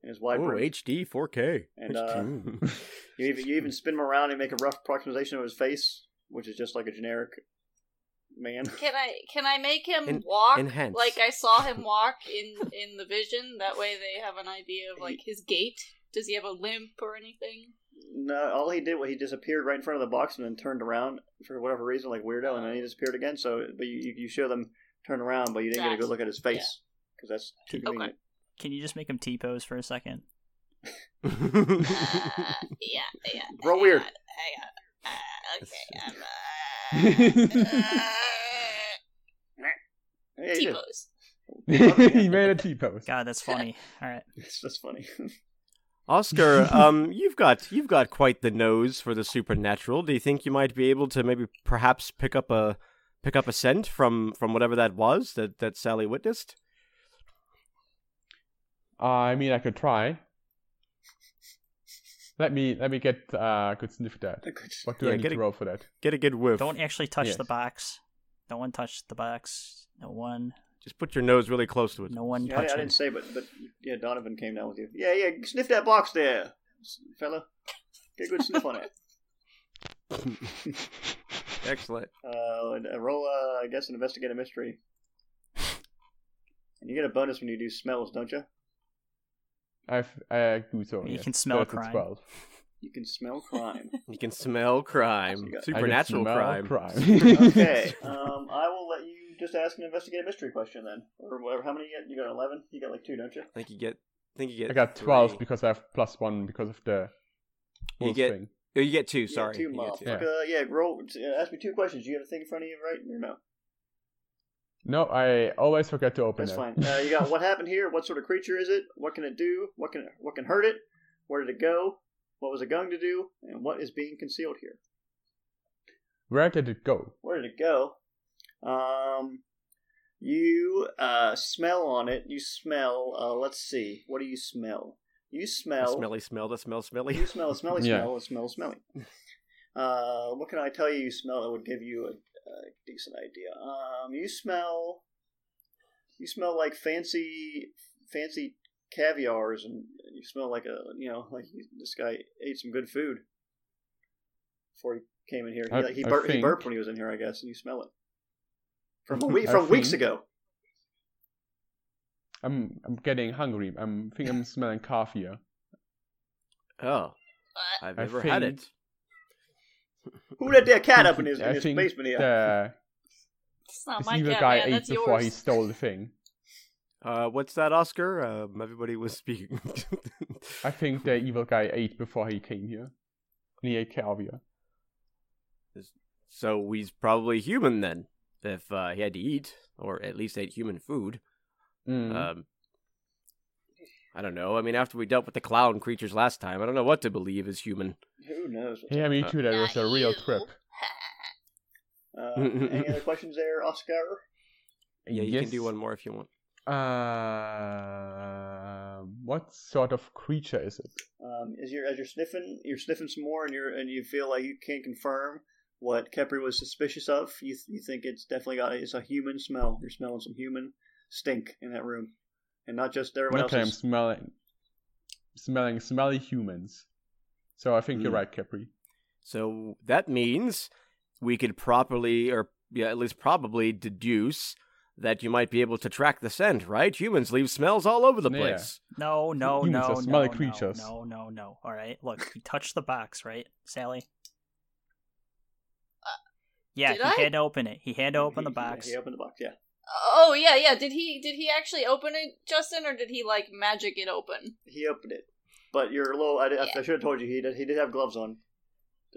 A: and his wide
E: Ooh,
A: brim.
E: HD 4K.
A: And, uh, You even you even spin him around and make a rough approximation of his face, which is just like a generic man.
D: Can I can I make him
E: En-
D: walk
E: enhance.
D: like I saw him walk in in the vision? That way they have an idea of like his gait. Does he have a limp or anything?
A: No, all he did was he disappeared right in front of the box and then turned around for whatever reason, like weirdo, and then he disappeared again. So, but you, you- you show them turn around, but you didn't get a good look at his face because that's too convenient.
C: Can you just make him T pose for a second?
D: Uh, yeah, yeah.
A: Real
D: hang
A: weird.
D: on, hang on. Uh, okay, I'm uh,
A: Yeah, he
D: T
A: did.
D: pose.
B: he made a T pose.
C: God, that's funny. All right.
A: That's, that's funny.
E: Oscar, um, you've got you've got quite the nose for the supernatural. Do you think you might be able to maybe perhaps pick up a pick up a scent from from whatever that was that that Sally witnessed?
B: Uh, I mean, I could try. Let me let me get uh, good sniff at that. What do
E: Yeah,
B: I need
E: get
B: to
E: a-
B: roll for that?
E: Get a good whiff.
C: Don't actually touch
B: Yes.
C: the box. No one touched the box. No one.
E: Just put your nose really close to it.
C: No one
A: yeah, I, I
C: touched
A: didn't
C: it.
A: say, but but yeah, Donovan came down with you. Yeah, yeah, sniff that box there, s- fella. Get a good sniff on it.
E: Excellent.
A: Uh, and, uh, roll, uh, I guess, an investigate a mystery. And you get a bonus when you do smells, don't you?
B: I've, I do so.
C: You
B: yes.
C: can smell
B: That's a
C: crime.
B: 12.
A: You can smell crime.
E: You can smell crime,
A: I can
B: I can
E: supernatural
B: smell
E: crime.
A: okay, um, I will let you just ask an investigate a mystery question then, or whatever. How many you get? You got eleven. You got like two, don't you?
E: I think you get. I think you get.
B: I got 12
E: three.
B: because I have plus one because of the
E: You
B: wolf
E: get-
B: thing.
E: Oh, you get two.
A: Yeah,
E: Sorry,
A: two,
E: You get two.
B: Yeah.
A: motherfucker. Yeah. roll. uh, Ask me two questions. You have a thing in front of you, right? Or no?
B: No, I always forget to open
A: That's
B: it.
A: fine. Uh, you got what happened here? What sort of creature is it? What can it do? What can what can hurt it? Where did it go? What was it going to do? And what is being concealed here?
B: Where did it go?
A: Where did it go? Um, you uh, smell on it. You smell. Uh, let's see. What do you smell? You
E: The
A: smell.
E: Smelly smell. That smells smelly.
A: You smell a smelly
B: Yeah.
A: smell. A smell smelly. Uh, what can I tell you? You smell that would give you a, a decent idea. Um, you smell. You smell like fancy, fancy caviar's, and you smell like a you know like he- this guy ate some good food before he came in here. He,
B: I-
A: like, he,
B: I
A: bur- he
B: think-
A: burped when he was in here, I guess, and you smell it from a week from
B: I
A: weeks
B: think-
A: ago.
B: I'm I'm getting hungry. I'm think I'm smelling coffee. here.
E: Oh,
D: What?
E: I've
B: I
E: never had
B: think-
E: it.
A: Who let that cat up in his,
B: I
A: in his
B: think
A: basement here?
B: The,
D: It's not
B: this
D: Oh, my
B: evil
D: cat,
B: guy
D: man.
B: ate
D: That's
B: before
D: yours.
B: he stole the thing.
E: Uh, what's that, Oscar? Um, everybody was speaking.
B: I think the evil guy ate before he came here. And he ate caviar.
E: So he's probably human then, if uh, he had to eat or at least ate human food.
B: Mm.
E: Um, I don't know. I mean, after we dealt with the clown creatures last time, I don't know what to believe is human.
A: Who knows? what's
B: yeah, me
E: uh,
B: too. That was a
D: Not
B: real
D: you.
B: trip.
A: Uh, any other questions there, Oscar?
E: Yeah, you
B: Yes.
E: can do one more if you want.
B: Uh, what sort of creature is it?
A: Um, as you're as you're sniffing, you're sniffing some more, and you're and you feel like you can't confirm what Kepri was suspicious of. You th- you think it's definitely got it's a human smell. You're smelling some human stink in that room, and not just everyone
B: okay, I'm
A: else's.
B: smelling, smelling smelly humans. So I think you're
E: Mm.
B: right, Capri.
E: So that means we could properly, or yeah, at least probably deduce that you might be able to track the scent, right? Humans leave smells all over the
B: Yeah.
E: place.
C: No, no,
B: Humans
C: no,
B: are
C: no,
B: smelly
C: no,
B: creatures.
C: no, no, no. All right, look, he touched the box, right, Sally? yeah,
D: Uh, did
C: he
D: I?
C: had to open it. He had to open the
A: He- he-
C: box.
A: He, opened the box. Yeah.
D: Oh yeah, yeah. Did he did he actually open it, Justin, or did he like magic it open?
A: he opened it. But you're a little. I, did- I
D: Yeah.
A: should have told you he did. He did have gloves on.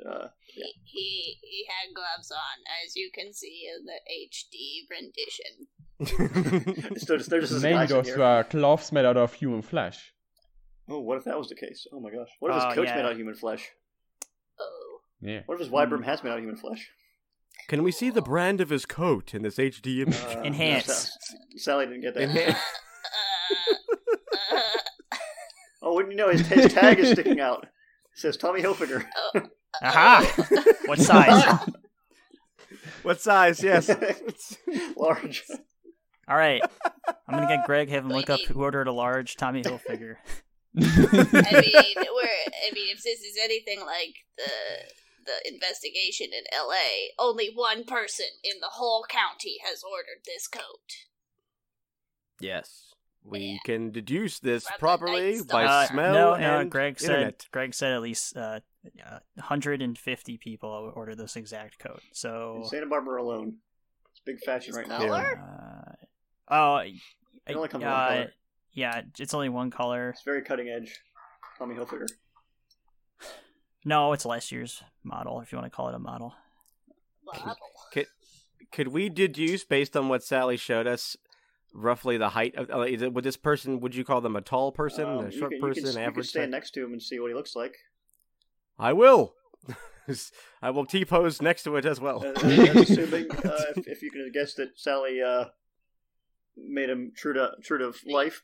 A: Uh, Yeah.
D: He, he he had gloves on, as you can see in the HD rendition.
A: it's still just, they're just
B: Maybe
A: disguised in
B: those
A: here.
B: were gloves made out of human flesh.
A: Oh, what if that was the case? Oh my gosh! What if
C: Oh,
A: his coach
C: yeah. Mm.
A: made out of human flesh?
D: Oh,
B: Yeah.
A: What if his Wybrim has made out of human flesh?
E: Can we see the brand of his coat in this HD image?
A: Uh,
C: Enhance.
A: no, Sa- Sally didn't get that.
E: Enhance.
D: uh, uh,
A: Oh, wouldn't you know his, his tag is sticking out? It says Tommy Hilfiger.
C: Aha! what size?
E: what size? Yes.
A: Large.
C: All right, I'm gonna get Greg have him look up who ordered a large Tommy Hilfiger.
D: I mean, we're. I mean, if this is anything like the the investigation in L.A., only one person in the whole county has ordered this coat.
E: yes. We can deduce this
D: From the
E: properly
D: night
E: by
D: star.
C: Uh,
E: smell
C: no,
E: and
C: no. Greg said.
E: internet.
C: Greg said at least uh, uh, 150 people ordered this exact coat.
A: In
C: So,
A: Santa Barbara alone. It's big fashion
D: It's
A: right
D: color?
A: now.
E: Yeah.
C: uh, oh,
A: It only comes in one
C: uh,
A: color.
C: yeah, it's only one color.
A: It's very cutting edge. Tommy Hilfiger.
C: No, it's last year's model, if you want to call it a model.
D: Bobble.
E: Could we deduce based on what Sally showed us? Roughly the height of uh, is it, would this person would you call them a tall person,
A: Um,
E: a
A: you
E: short
A: can- you
E: person,
A: can, You can
E: average?
A: stand
E: size?
A: next to him and see what he looks like.
E: I will. I will T pose next to it as well.
A: Uh, that's assuming uh, if, if you can guess that Sally uh, made him true to true to life.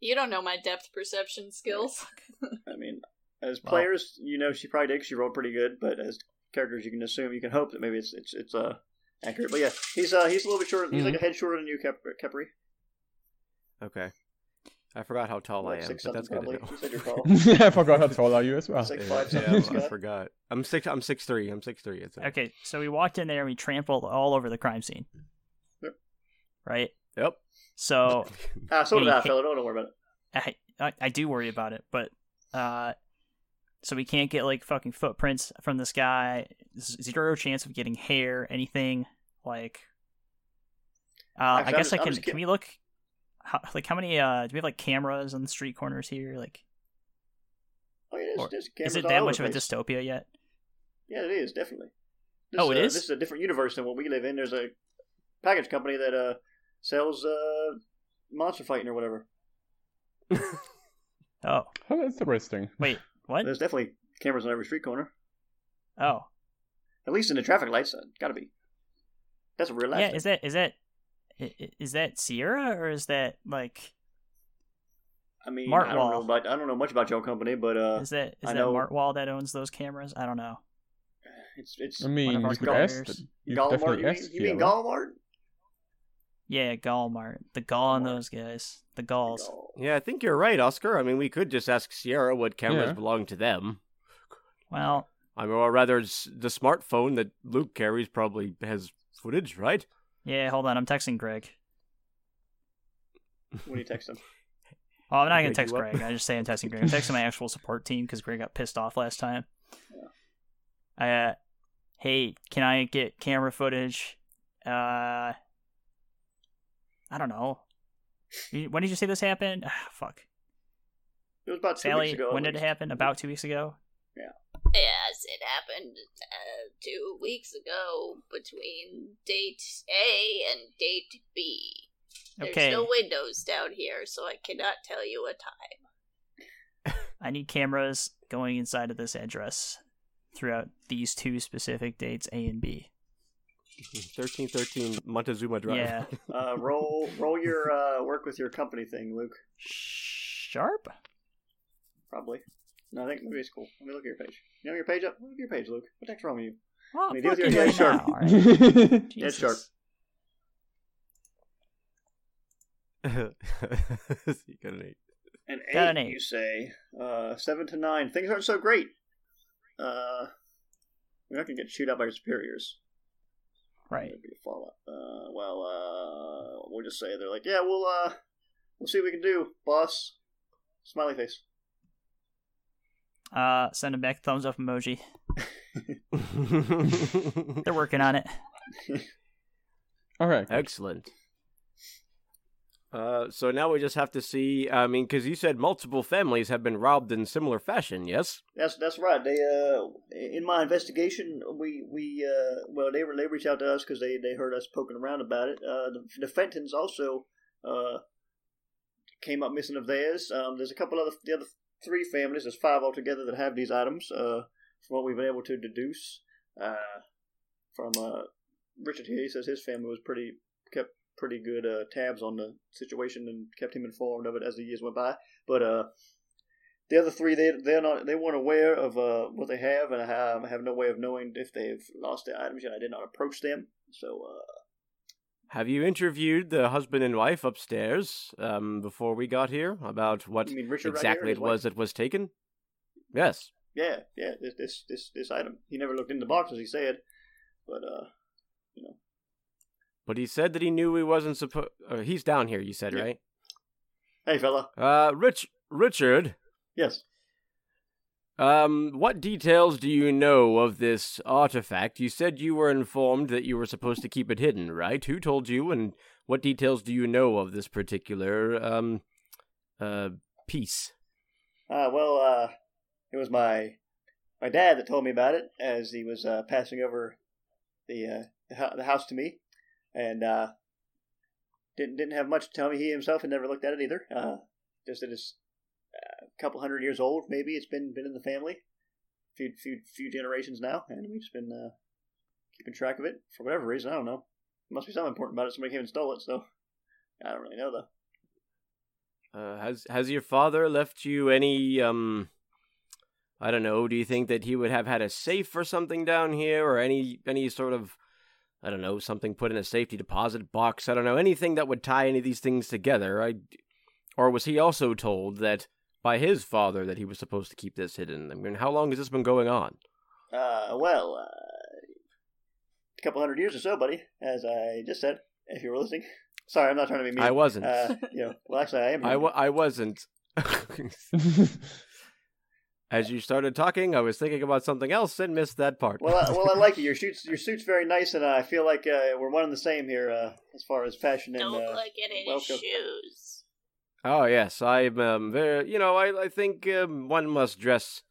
D: You don't know my depth perception skills.
A: I mean, as
B: Wow.
A: players, you know she probably did. 'cause She rolled pretty good, but as characters, you can assume, you can hope that maybe it's it's it's uh accurate. But yeah, he's uh he's a little bit shorter. He's like a head shorter than you, Kep- Kepri.
E: okay. I forgot how tall
A: Like
E: I am,
A: six
E: but
A: something
E: that's
A: probably.
E: good to know.
A: You said you're tall.
B: I forgot how tall are you as well.
A: Six
E: Yeah,
A: five,
E: yeah,
A: something like
E: I
A: that.
E: forgot. I'm six. I'm six three. I'm six three. It's
C: Okay, so we walked in there and we trampled all over the crime scene.
A: Yep.
C: Right?
E: Yep.
C: So
A: Ah, so did
C: Hey,
A: I,
C: hey.
A: fella. Don't, don't worry about it.
C: I, I I do worry about it, but uh so we can't get like fucking footprints from this guy. Z- Zero chance of getting hair, anything like uh
A: Actually,
C: I guess
A: I'm-
C: I
A: I'm
C: can
A: just
C: can
A: ki-
C: we look how, like how many uh do we have like cameras on the street corners here? Like
A: Oh, yeah,
C: Or-
A: there's, there's
C: is
A: cameras
C: it
A: all
C: that
A: over
C: much
A: the
C: of a
A: place.
C: dystopia yet?
A: Yeah, it is definitely. This,
C: Oh, it
A: uh,
C: is?
A: This is a different universe than what we live in. There's a package company that uh sells uh monster fighting or whatever.
C: Oh,
B: Oh, that's interesting.
C: wait, what?
A: There's definitely cameras on every street corner.
C: Oh.
A: At least in the traffic lights, uh, gotta be. That's what we're last.
C: yeah is that is that i- i- is that sierra or is that like
A: I mean,
C: Mart
A: I don't know
C: Wall.
A: about I don't know much about your company, but uh,
C: is that is
A: I
C: that
A: know-
C: Martwall that owns those cameras i don't know
A: it's it's
B: I mean,
E: Hmm,
C: our
B: you could ask.
C: competitors.
B: th- You could
A: Gallimard.
B: definitely
A: You mean,
B: ask
A: you mean
B: Sierra.
A: Gallimard?
C: yeah gallmart the gall on
A: Gallmart.
C: those guys the galls
A: Gall-
E: Yeah, I think you're right, Oscar. I mean, we could just ask Sierra what cameras
B: Yeah.
E: belong to them.
C: well
E: I mean, or rather, s- the smartphone that Luke carries probably has footage, right?
C: yeah hold on i'm texting greg
A: When you text him,
C: oh i'm not gonna
E: Greg,
C: text
E: you up?
C: greg i just say i'm texting greg i'm texting my actual support team because greg got pissed off last time I, uh hey can i get camera footage uh i don't know You- when did you say this happened Ah, fuck
A: it was about two
C: Sally,
A: weeks ago. at
C: when did it
A: least.
C: happen? About two weeks ago.
A: Yeah.
D: Yes, it happened uh, two weeks ago between date A and date B. There's
C: Okay.
D: no windows down here, so I cannot tell you a time.
C: I need cameras going inside of this address throughout these two specific dates, A and B.
E: Thirteen thirteen Montezuma Drive.
C: Yeah.
A: Uh, roll roll your uh, work with your company thing, Luke.
C: Sharp?
A: Probably. No, I think maybe it's cool. Let me look at your page. You know your page up. Look at your page, Luke. What the heck's wrong with you?
C: Oh,
A: I mean, these
C: fucking
A: are- yeah,
C: right
A: sharp.
C: now. all right.
A: Yeah, sharp.
C: Jesus.
E: you got an eight.
A: An eight,
C: Got an eight.
A: you say. Uh, seven to nine. Things aren't so great. Uh, we're not gonna get chewed out by your superiors.
C: Right.
A: That'd be a fallout. Uh, well, uh, we'll just say they're like, yeah, we'll uh, we'll see what we can do, boss. Smiley face.
C: Uh, send him back a thumbs up emoji. They're working on it.
B: All right.
E: Excellent. Uh, so now we just have to see. I mean, because you said multiple families have been robbed in similar fashion. Yes.
A: That's that's right. They uh, in my investigation, we we uh, well, they were they reached out to us because they they heard us poking around about it. Uh, the, the Fentons also uh came up missing of theirs. Um, there's a couple other the other three families. There's five altogether that have these items. Uh, from what we've been able to deduce, uh, from uh, Richard here, he says his family was pretty kept pretty good uh, tabs on the situation and kept him informed of it as the years went by. But uh, the other three they they're not they weren't aware of uh, what they have and I have, I have no way of knowing if they've lost their items yet. I did not approach them, so uh,
E: Have you interviewed the husband and wife upstairs um, before we got here about what
A: I mean Richard right here
E: exactly
A: and his
E: it
A: wife-
E: was that was taken? Yes.
A: Yeah, yeah, this this this, this item. He never looked in the box as he said, but uh, you know,
E: But he said that he knew he wasn't supposed. Uh, he's down here. You said
A: Yeah.
E: right.
A: hey fella,
E: Uh, Rich Richard.
A: yes,
E: Um, what details do you know of this artifact? You said you were informed that you were supposed to keep it hidden, right? Who told you, and what details do you know of this particular um, uh, piece?
A: uh, well, uh, it was my my dad that told me about it as he was uh, passing over the uh, the, hou- the house to me, and uh, didn't didn't have much to tell me. He himself had never looked at it either. Uh, just that it's uh, a couple hundred years old, maybe it's been been in the family, few few few generations now, and we've just been uh, keeping track of it for whatever reason. I don't know. must be something important about it. Somebody came and stole it, so I don't really know though.
E: Uh, has has your father left you any um? I don't know. Do you think that he would have had a safe or something down here, or any any sort of, I don't know, something put in a safety deposit box? I don't know anything that would tie any of these things together. I, or was he also told that by his father that he was supposed to keep this hidden? I mean, how long has this been going on?
A: Uh, well, uh, a couple hundred years or so, buddy. As I just said, if you were listening. Sorry, I'm not trying to be mean.
E: I wasn't.
A: Uh, you know, well, actually, I am.
E: I wa- I wasn't. As you started talking, I was thinking about something else and missed that part.
A: well, I, well, I like it. Your suit's your suit's very nice, and I feel like uh, we're one and the same here uh, as far as fashion and.
D: Don't
A: Uh,
D: look at any
A: welcome.
D: shoes.
E: Oh yes, I'm um, very. You know, I I think um, one must dress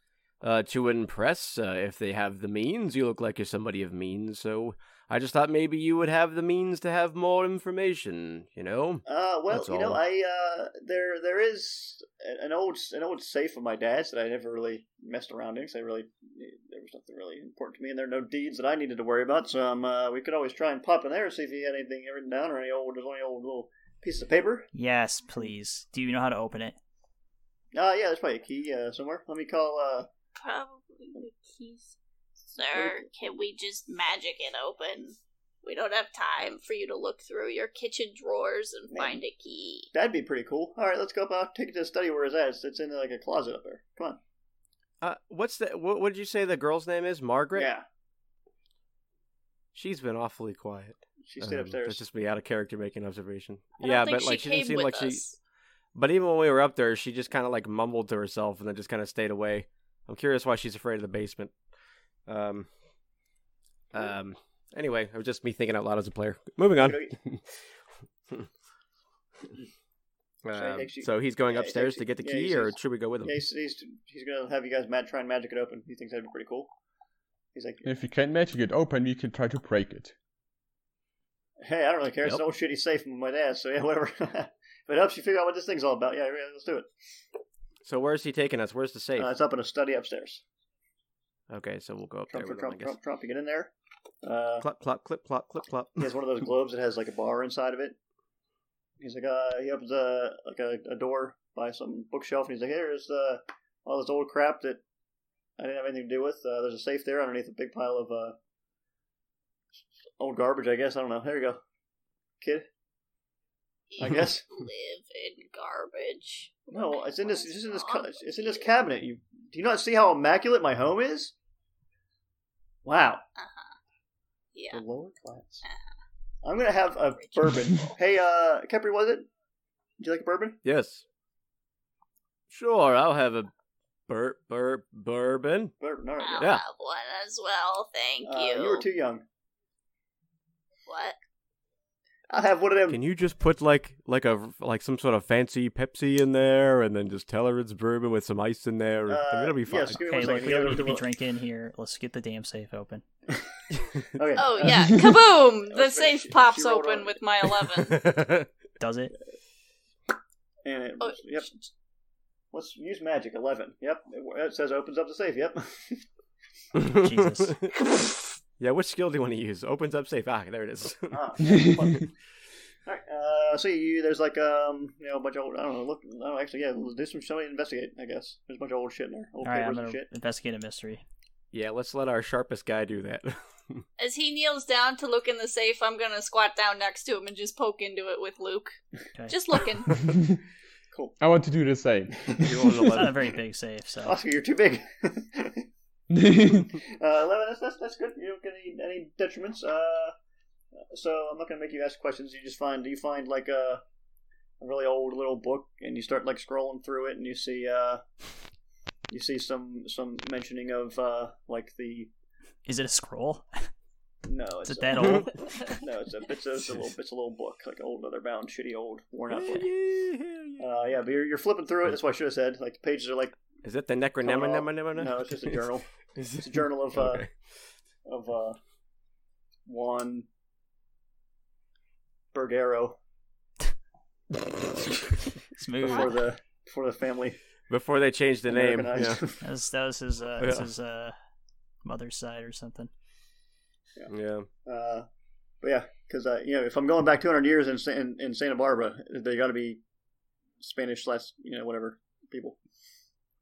E: uh, to impress uh, if they have the means. You look like you're somebody of means, so I just thought maybe you would have the means to have more information. You know,
A: uh, well,
E: That's
A: you know,
E: all.
A: I uh, there there is a- an old an old safe of my dad's that I never really messed around in because I really there was nothing really important to me, and there are no deeds that I needed to worry about. So um, uh, we could always try and pop in there and see if he had anything written down or any old there's only old little piece of paper
C: Yes, please. Do you know how to open it?
A: Uh, yeah, there's probably a key uh, somewhere. Let me call. Uh,
D: Probably the keys. Sir, can we just magic it open? We don't have time for you to look through your kitchen drawers and
A: Maybe.
D: find a key.
A: that'd be pretty cool. All right, let's go up. I'll take it to the study where it's at. It's, it's in like a closet up there. Come on.
E: uh, what's the what, what did you say the girl's name is? Margaret.
A: Yeah,
E: she's been awfully quiet.
A: she stayed
E: Um,
A: upstairs.
E: That's just me out of character making observation.
D: I don't
E: yeah,
D: think
E: but like she, didn't
D: came
E: seem
D: with
E: like she.
D: us.
E: But even when we were up there, she just kind of like mumbled to herself and then just kind of stayed away. I'm curious why she's afraid of the basement. Um. Um. Anyway, it was just me thinking out loud as a player. Moving on.
A: So he
E: Um,
A: takes you-
E: so he's going
A: yeah, he
E: upstairs
A: takes
E: to
A: you-
E: get the
A: yeah, he
E: key, or
A: says-
E: should we go with him?
A: Yeah, he's, he's, he's gonna have you guys mad try and magic it open. He thinks that'd be pretty cool. He's like,
B: If you can't magic it open, you can try to break it.
A: hey, I don't really care. It's an
E: Yep.
A: old shitty safe from my dad, so yeah, whatever. if it helps you figure out what this thing's all about, yeah, yeah, let's do it.
E: So where's he taking us? Where's the safe?
A: Uh, it's up in a study upstairs.
E: okay, so we'll go up
A: Trump,
E: there
A: Trump,
E: with him, I
A: Trump, Trump,
E: guess.
A: Trump, you get in there. Uh,
E: Clop, clop, clip, clop, clip, clop.
A: he has one of those globes that has like a bar inside of it. He's like, uh, he opens a like a, a door by some bookshelf, and he's like, here's uh, all this old crap that I didn't have anything to do with. Uh, there's a safe there underneath a big pile of uh, old garbage, I guess. I don't know. There you go, kid. I guess.
D: live in garbage.
A: No, it's in this.
D: What's
A: It's in this.
D: wrong
A: ca-
D: with
A: It's in this
D: you?
A: cabinet. You do you not see how immaculate my home is? Wow,
D: Uh-huh. Yeah. Uh-huh.
A: the lower class. I'm gonna have a bourbon. hey, uh, Kepri, was it? Would you like a bourbon?
E: yes. Sure, I'll have a bur- bur- bourbon.
A: Bourbon. All right.
D: I'll
A: yeah.
E: Yeah.
D: have one as well, thank
A: Uh,
D: you.
A: you were too young.
D: What?
A: I'll have one of them.
E: Can you just put like like a like some sort of fancy Pepsi in there, and then just tell her it's bourbon with some ice in there?
A: Uh,
E: I mean, it'll be fine.
A: yes, give me one
C: Okay, look,
A: second.
C: we don't need to be
A: Okay.
C: drinking here. Let's get the damn safe open.
D: Oh
A: Uh,
D: yeah, kaboom!
A: That was
D: The
A: very-
D: safe
A: she-
D: pops
A: she rolled
D: open
A: on.
D: with my eleven.
C: Does it?
A: And it
D: Oh,
A: was, yep. Let's use magic. Eleven. Yep. It, it says opens up the safe. Yep.
C: Jesus.
E: yeah, which skill do you want to use? Opens up safe. Ah, there it is.
A: Ah, Alright, uh, so you, there's like, um, you know, a bunch of old, I don't know, look, I don't actually, yeah, do some, somebody investigate, I guess. There's a bunch of old shit in there. Old
C: All right, I'm
A: papers
C: gonna
A: and shit.
C: investigate a mystery.
E: yeah, let's let our sharpest guy do that.
D: As he kneels down to look in the safe, I'm gonna squat down next to him and just poke into it with Luke.
C: Okay.
D: Just looking.
A: Cool.
B: I want to do the same.
E: You rolled an
C: it's not Uh, a very big safe, so
A: Oscar, you're too big. uh, 11, that's, that's, that's good. You don't get any, any detriments. Uh, so I'm not gonna make you ask questions. You just find, you find like a, a really old little book and you start like scrolling through it and you see, uh, you see some, some mentioning of, uh, like the,
C: is it a scroll?
A: no,
C: Is
A: it's
C: it
A: a-
C: that old?
A: No, it's a it's a, it's a little it's a little book, like old leather bound, shitty old, worn out book.
E: eleven.
A: Uh, yeah, but you're, you're flipping through it. That's what I should have said. Like the pages are like
E: Is it the necronemanemanemane?
A: no, it's just a journal.
E: Is
A: It's a
E: it-
A: journal of uh,
E: Okay.
A: of uh, Juan Bergero
C: Smooth.
A: before the before the family
E: Before they changed the name. Yeah.
A: Americanized.
C: That was, that was his,
A: Oh,
C: uh, it's
E: Yeah.
C: his uh, mother's side or something.
E: yeah.
A: Uh, but yeah, because uh, you know, if I'm going back 200 years in Sa- in, in Santa Barbara, they got to be Spanish slash you know whatever people.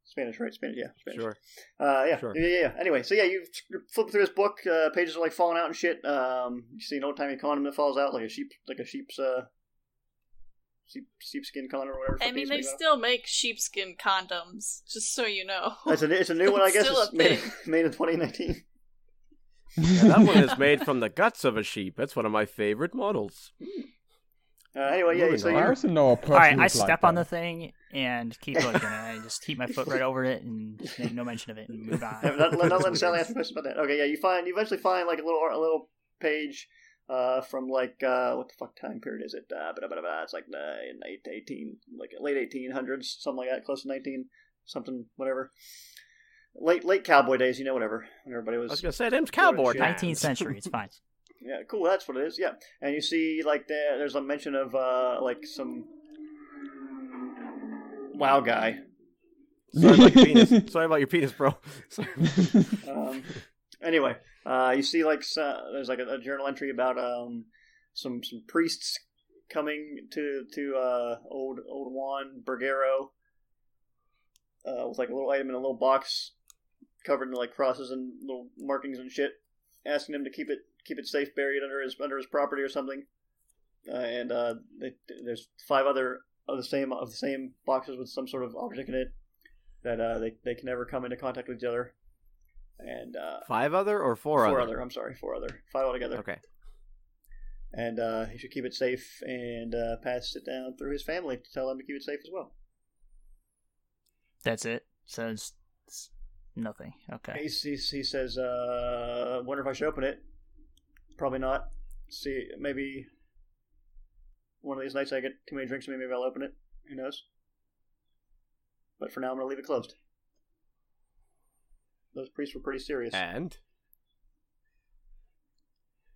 A: Spanish, right? Spanish, yeah. Spanish.
E: Sure.
A: Uh, yeah.
E: Sure.
A: yeah, yeah, yeah. Anyway, so yeah, you flip through this book. Uh, pages are like falling out and shit. Um, you see an old timey condom that falls out, like a sheep, like a sheep's uh, sheep sheepskin condom or whatever.
D: I mean,
A: Fuck
D: they
A: these
D: still make sheepskin condoms, just so you know.
A: things are. It's a it's a new one, I guess.
D: Still a
A: It's made, made in 2019.
E: Yeah, that one is made from the guts of a sheep. That's one of my favorite models.
A: Uh, anyway, yeah.
E: Moving
A: So
E: on.
B: I
A: you,
B: also know a person
C: All right, I
B: who's like
C: step on the
B: that.
C: thing and keep looking. I just keep my foot right over it and make no mention of it and move on.
A: Yeah, not, let, not let Sally ask a question about that. Okay, yeah, you find you eventually find like a little a little page uh, from like uh, what the fuck time period is it? Uh, blah, blah, blah, it's like uh, in eight- eighteen, like late eighteen hundreds, something like that, close to nineteen, something, whatever. Late late cowboy days, you know, whatever. When Everybody
E: I
A: was,
E: was gonna say them's cowboy.
A: Shit.
E: times.
C: 19th century, it's fine.
A: yeah, cool. That's what it is. Yeah, and you see like there, there's a mention of uh, like some wow guy.
E: Sorry about your penis. Sorry about your penis, bro. Sorry.
A: um, anyway, uh, you see, like, s- uh, there's like a, a journal entry about um, some some priests coming to to uh, old old Juan Bergero uh, with like a little item in a little box covered in like crosses and little markings and shit, asking him to keep it keep it safe buried under his under his property or something. Uh, and uh, they, there's five other of the same of the same boxes with some sort of object in it that uh, they they can never come into contact with each other. And uh,
E: Five other or four,
A: four, other. I'm sorry, four other, five altogether.
E: Okay.
A: And uh, he should keep it safe and uh, pass it down through his family to tell them to keep it safe as well.
C: That's it. So it's, it's nothing. Okay.
A: He, he, he says, uh, "Wonder if I should open it? Probably not. See, maybe one of these nights I get too many drinks. Maybe I'll open it. Who knows? But for now, I'm going to leave it closed. Those priests were pretty serious.
E: And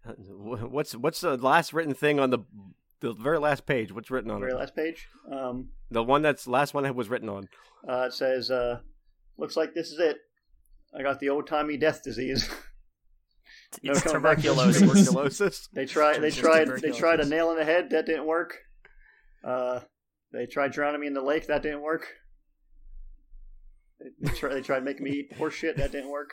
E: Uh, wh- what's what's the last written thing on the the very last page? What's written on
A: Very
E: it?
A: last page. Um,
E: The one that's last one that was written on.
A: uh, it says, uh, "Looks like this is it. I got the old timey death disease." No
C: It's
A: coming back.
C: tuberculosis.
E: Tuberculosis.
A: They tried. They
C: Just
A: tried. They
C: tuberculosis.
A: tried a nail in the head. That didn't work. Uh, they tried drowning me in the lake. That didn't work. They, they, tried, they tried making me eat horse shit. That didn't work.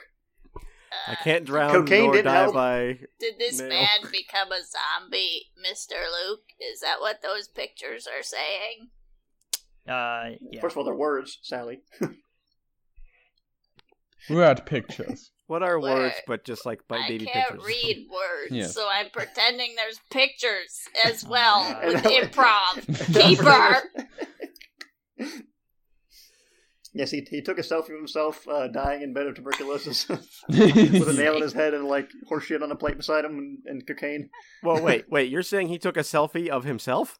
E: I can't drown
A: Cocaine
E: nor
A: didn't
E: die
A: help.
E: by.
D: Did this
E: Nail.
D: man become a zombie, Mr. Luke? Is that what those pictures are saying?
C: Uh, yeah.
A: First of all, they're words, Sally.
B: Word pictures.
E: What are
D: Where?
E: words but just like by
D: I
E: baby
D: can't
E: pictures?
D: read words,
B: Yes.
D: so I'm pretending there's pictures as
E: Oh
D: well
C: And
D: with
A: that was-
D: improv. Keeper!
A: Yes, he, he took a selfie of himself uh, dying in bed of tuberculosis with a nail in his head and like horse shit on a plate beside him and, and cocaine.
E: well, Oh, wait, wait. You're saying he took a selfie of himself?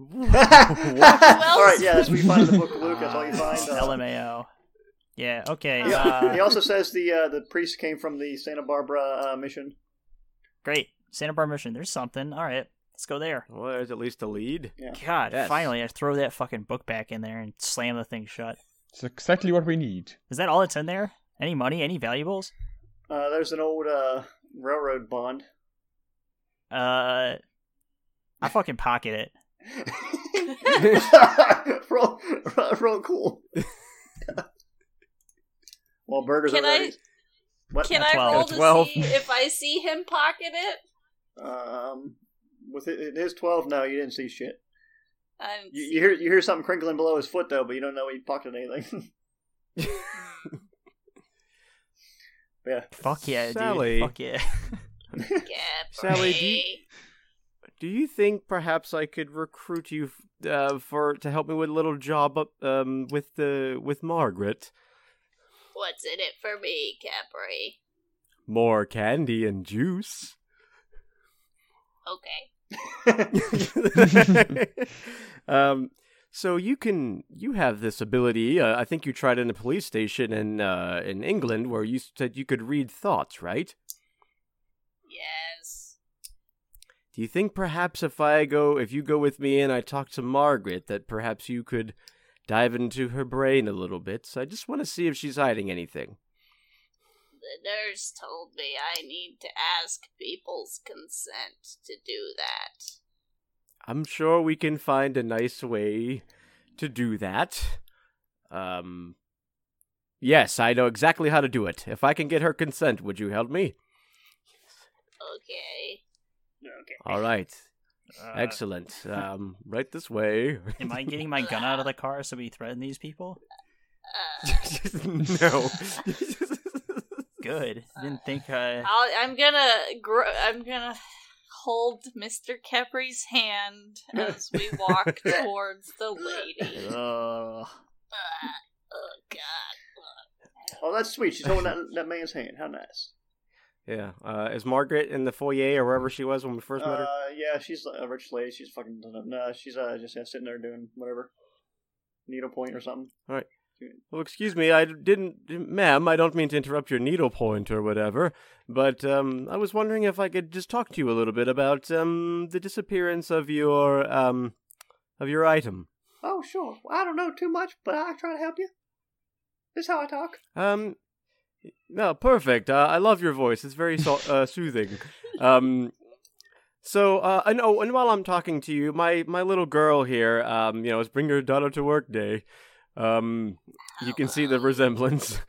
A: all right, yeah, that's what you find in the book of Luke. That's all you
C: Uh,
A: find. Uh,
C: LMAO. Yeah. Okay.
A: he, he
C: Uh,
A: also says the uh, the priest came from the Santa Barbara uh, mission.
C: great. Santa Barbara Mission. There's something. All right. Let's go there.
E: Well, there's at least a lead.
C: God,
E: Yes.
C: finally, I throw that fucking book back in there and slam the thing shut.
B: It's exactly what we need.
C: Is that all that's in there? Any money? Any valuables?
A: Uh, there's an old uh, railroad bond.
C: Uh, I fucking pocket it.
A: roll, roll, roll cool. well, burgers
D: Can
A: are
D: I-
A: ready. What?
D: Can
C: Got
D: I
C: 12.
D: roll
C: Got
D: to
E: 12.
D: see if I see him pocket it?
A: Um, with it, it is twelve. No, you didn't see shit.
D: I'm
A: You, you hear you hear something crinkling below his foot though, but you don't know he pocketed anything. yeah.
C: Fuck yeah,
E: Sally.
C: dude. Fuck yeah.
E: Sally, do you- Do you think perhaps I could recruit you f- uh, for to help me with a little job up um, with the with Margaret?
D: What's in it for me, Capri?
E: More candy and juice.
D: Okay.
E: um, so you can you have this ability. Uh, I think you tried in a police station in uh, in England where you said you could read thoughts, right?
D: Yes.
E: Do you think perhaps if I go, if you go with me and I talk to Margaret, that perhaps you could dive into her brain a little bit? So I just want to see if she's hiding anything.
D: The nurse told me I need to ask people's consent to do that.
E: I'm sure we can find a nice way to do that. Um, yes, I know exactly how to do it. If I can get her consent, would you help me?
D: Okay.
A: Okay.
E: All right,
C: Uh,
E: excellent. Um, right this way.
C: Am I getting my gun out of the car so we threaten these people?
D: Uh,
E: no.
C: Good. Didn't think. Uh,
D: I'll, I'm gonna gr- I'm gonna hold Mr. Kepri's hand as we walk towards the lady.
A: Uh,
C: Ugh.
D: Oh God!
A: Oh, that's sweet. She's holding that, that man's hand. How nice.
E: yeah. Uh, is Margaret in the foyer or wherever she was when we first met
A: Uh,
E: her?
A: yeah, she's a rich lady. She's fucking no. She's uh, just uh, sitting there doing whatever, needlepoint or something.
E: Well, excuse me, I didn't, ma'am. I don't mean to interrupt your needlepoint or whatever, but um, I was wondering if I could just talk to you a little bit about um the disappearance of your um of your item.
A: Oh, sure. Well, I don't know too much, but I try to help you. This is how I talk.
E: Um, no, perfect. Uh, I love your voice. It's very so- uh, soothing. Um, so uh, and oh, and while I'm talking to you, my my little girl here, um, you know, it's bring your daughter to work day. Um, you can see the resemblance.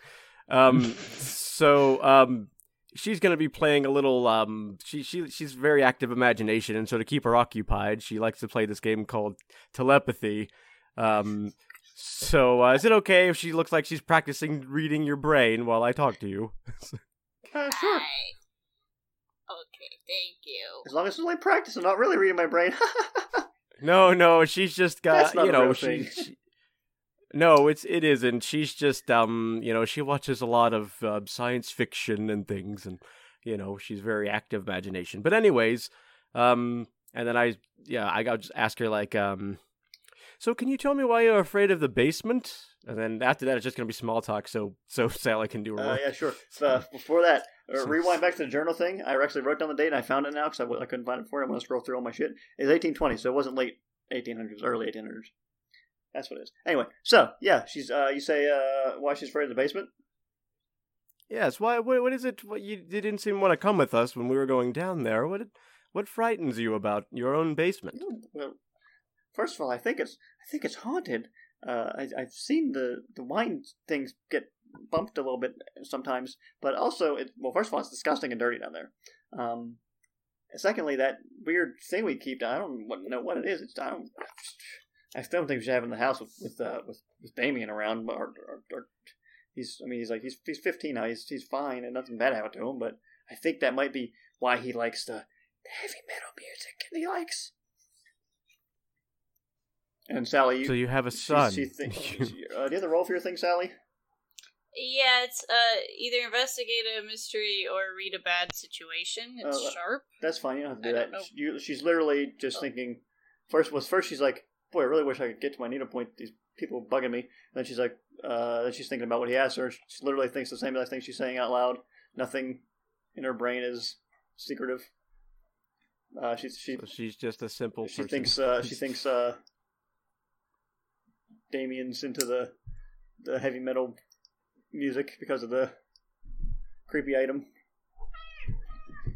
E: Um, so um, she's gonna be playing a little. Um, she she she's very active imagination, and so to keep her occupied, she likes to play this game called telepathy. Um, so uh, is it okay if she looks like she's practicing reading your brain while I talk to you?
A: Uh, sure.
D: Hi. Okay, thank you.
A: As long as it's only practice, I'm not really reading my brain. Uh,
E: No, no, she's just got
A: That's not
E: you
A: a
E: know
A: real
E: she,
A: thing.
E: she- No, it's it isn't. She's just um you know she watches a lot of uh, science fiction and things, and you know she's very active imagination. But anyways, um and then I yeah I got just ask her like um "So can you tell me why you're afraid of the basement?" And then after that, it's just gonna be small talk. So so Sally can do her.
A: Uh,
E: work.
A: yeah, sure. Uh, before that, uh,
E: So-
A: rewind back to the journal thing. I actually wrote down the date and I found it now because I, w- I couldn't find it before. I'm going to scroll through all my shit. It's 1820, so it wasn't late 1800s, early 1800s. That's what it is. Anyway, so yeah, she's. Uh, you say uh, why she's afraid of the basement?
E: Yes. Why? What, what is it? What you, you didn't seem want to come with us when we were going down there. What? What frightens you about your own basement?
A: Well, first of all, I think it's I think it's haunted. Uh, I, I've seen the the wine things get bumped a little bit sometimes, but also, it, well, first of all, it's disgusting and dirty down there. Um, and secondly, that weird thing we keep down, I don't wa- know what it is. It's I don't. I still don't think we should have it in the house with with uh, with, with Damien around. Or, or, or he's I mean he's like he's he's 15 now. He's he's fine and nothing bad happened to him. But I think that might be why he likes the heavy metal music and he likes. And Sally, you,
E: So you have a
A: she-
E: son.
A: She, thinks. she- uh, do you have the roll for your thing, Sally?
D: Yeah, it's uh either investigate a mystery or read a bad situation. It's
E: Oh.
A: Uh,
D: sharp.
A: That's fine. You don't have to
D: I
A: do that.
D: don't know.
A: You, she's literally just thinking. First was first she's like, "Boy, I really wish I could get to my needle point. These people are bugging me." And then she's like, uh, then she's thinking about what he asked her. She literally thinks the same exact thing she's saying out loud. Nothing in her brain is secretive. Uh, she she
E: So she's just a simple.
A: she
E: person.
A: thinks uh, she thinks uh, Damien's into the the heavy metal music because of the creepy item.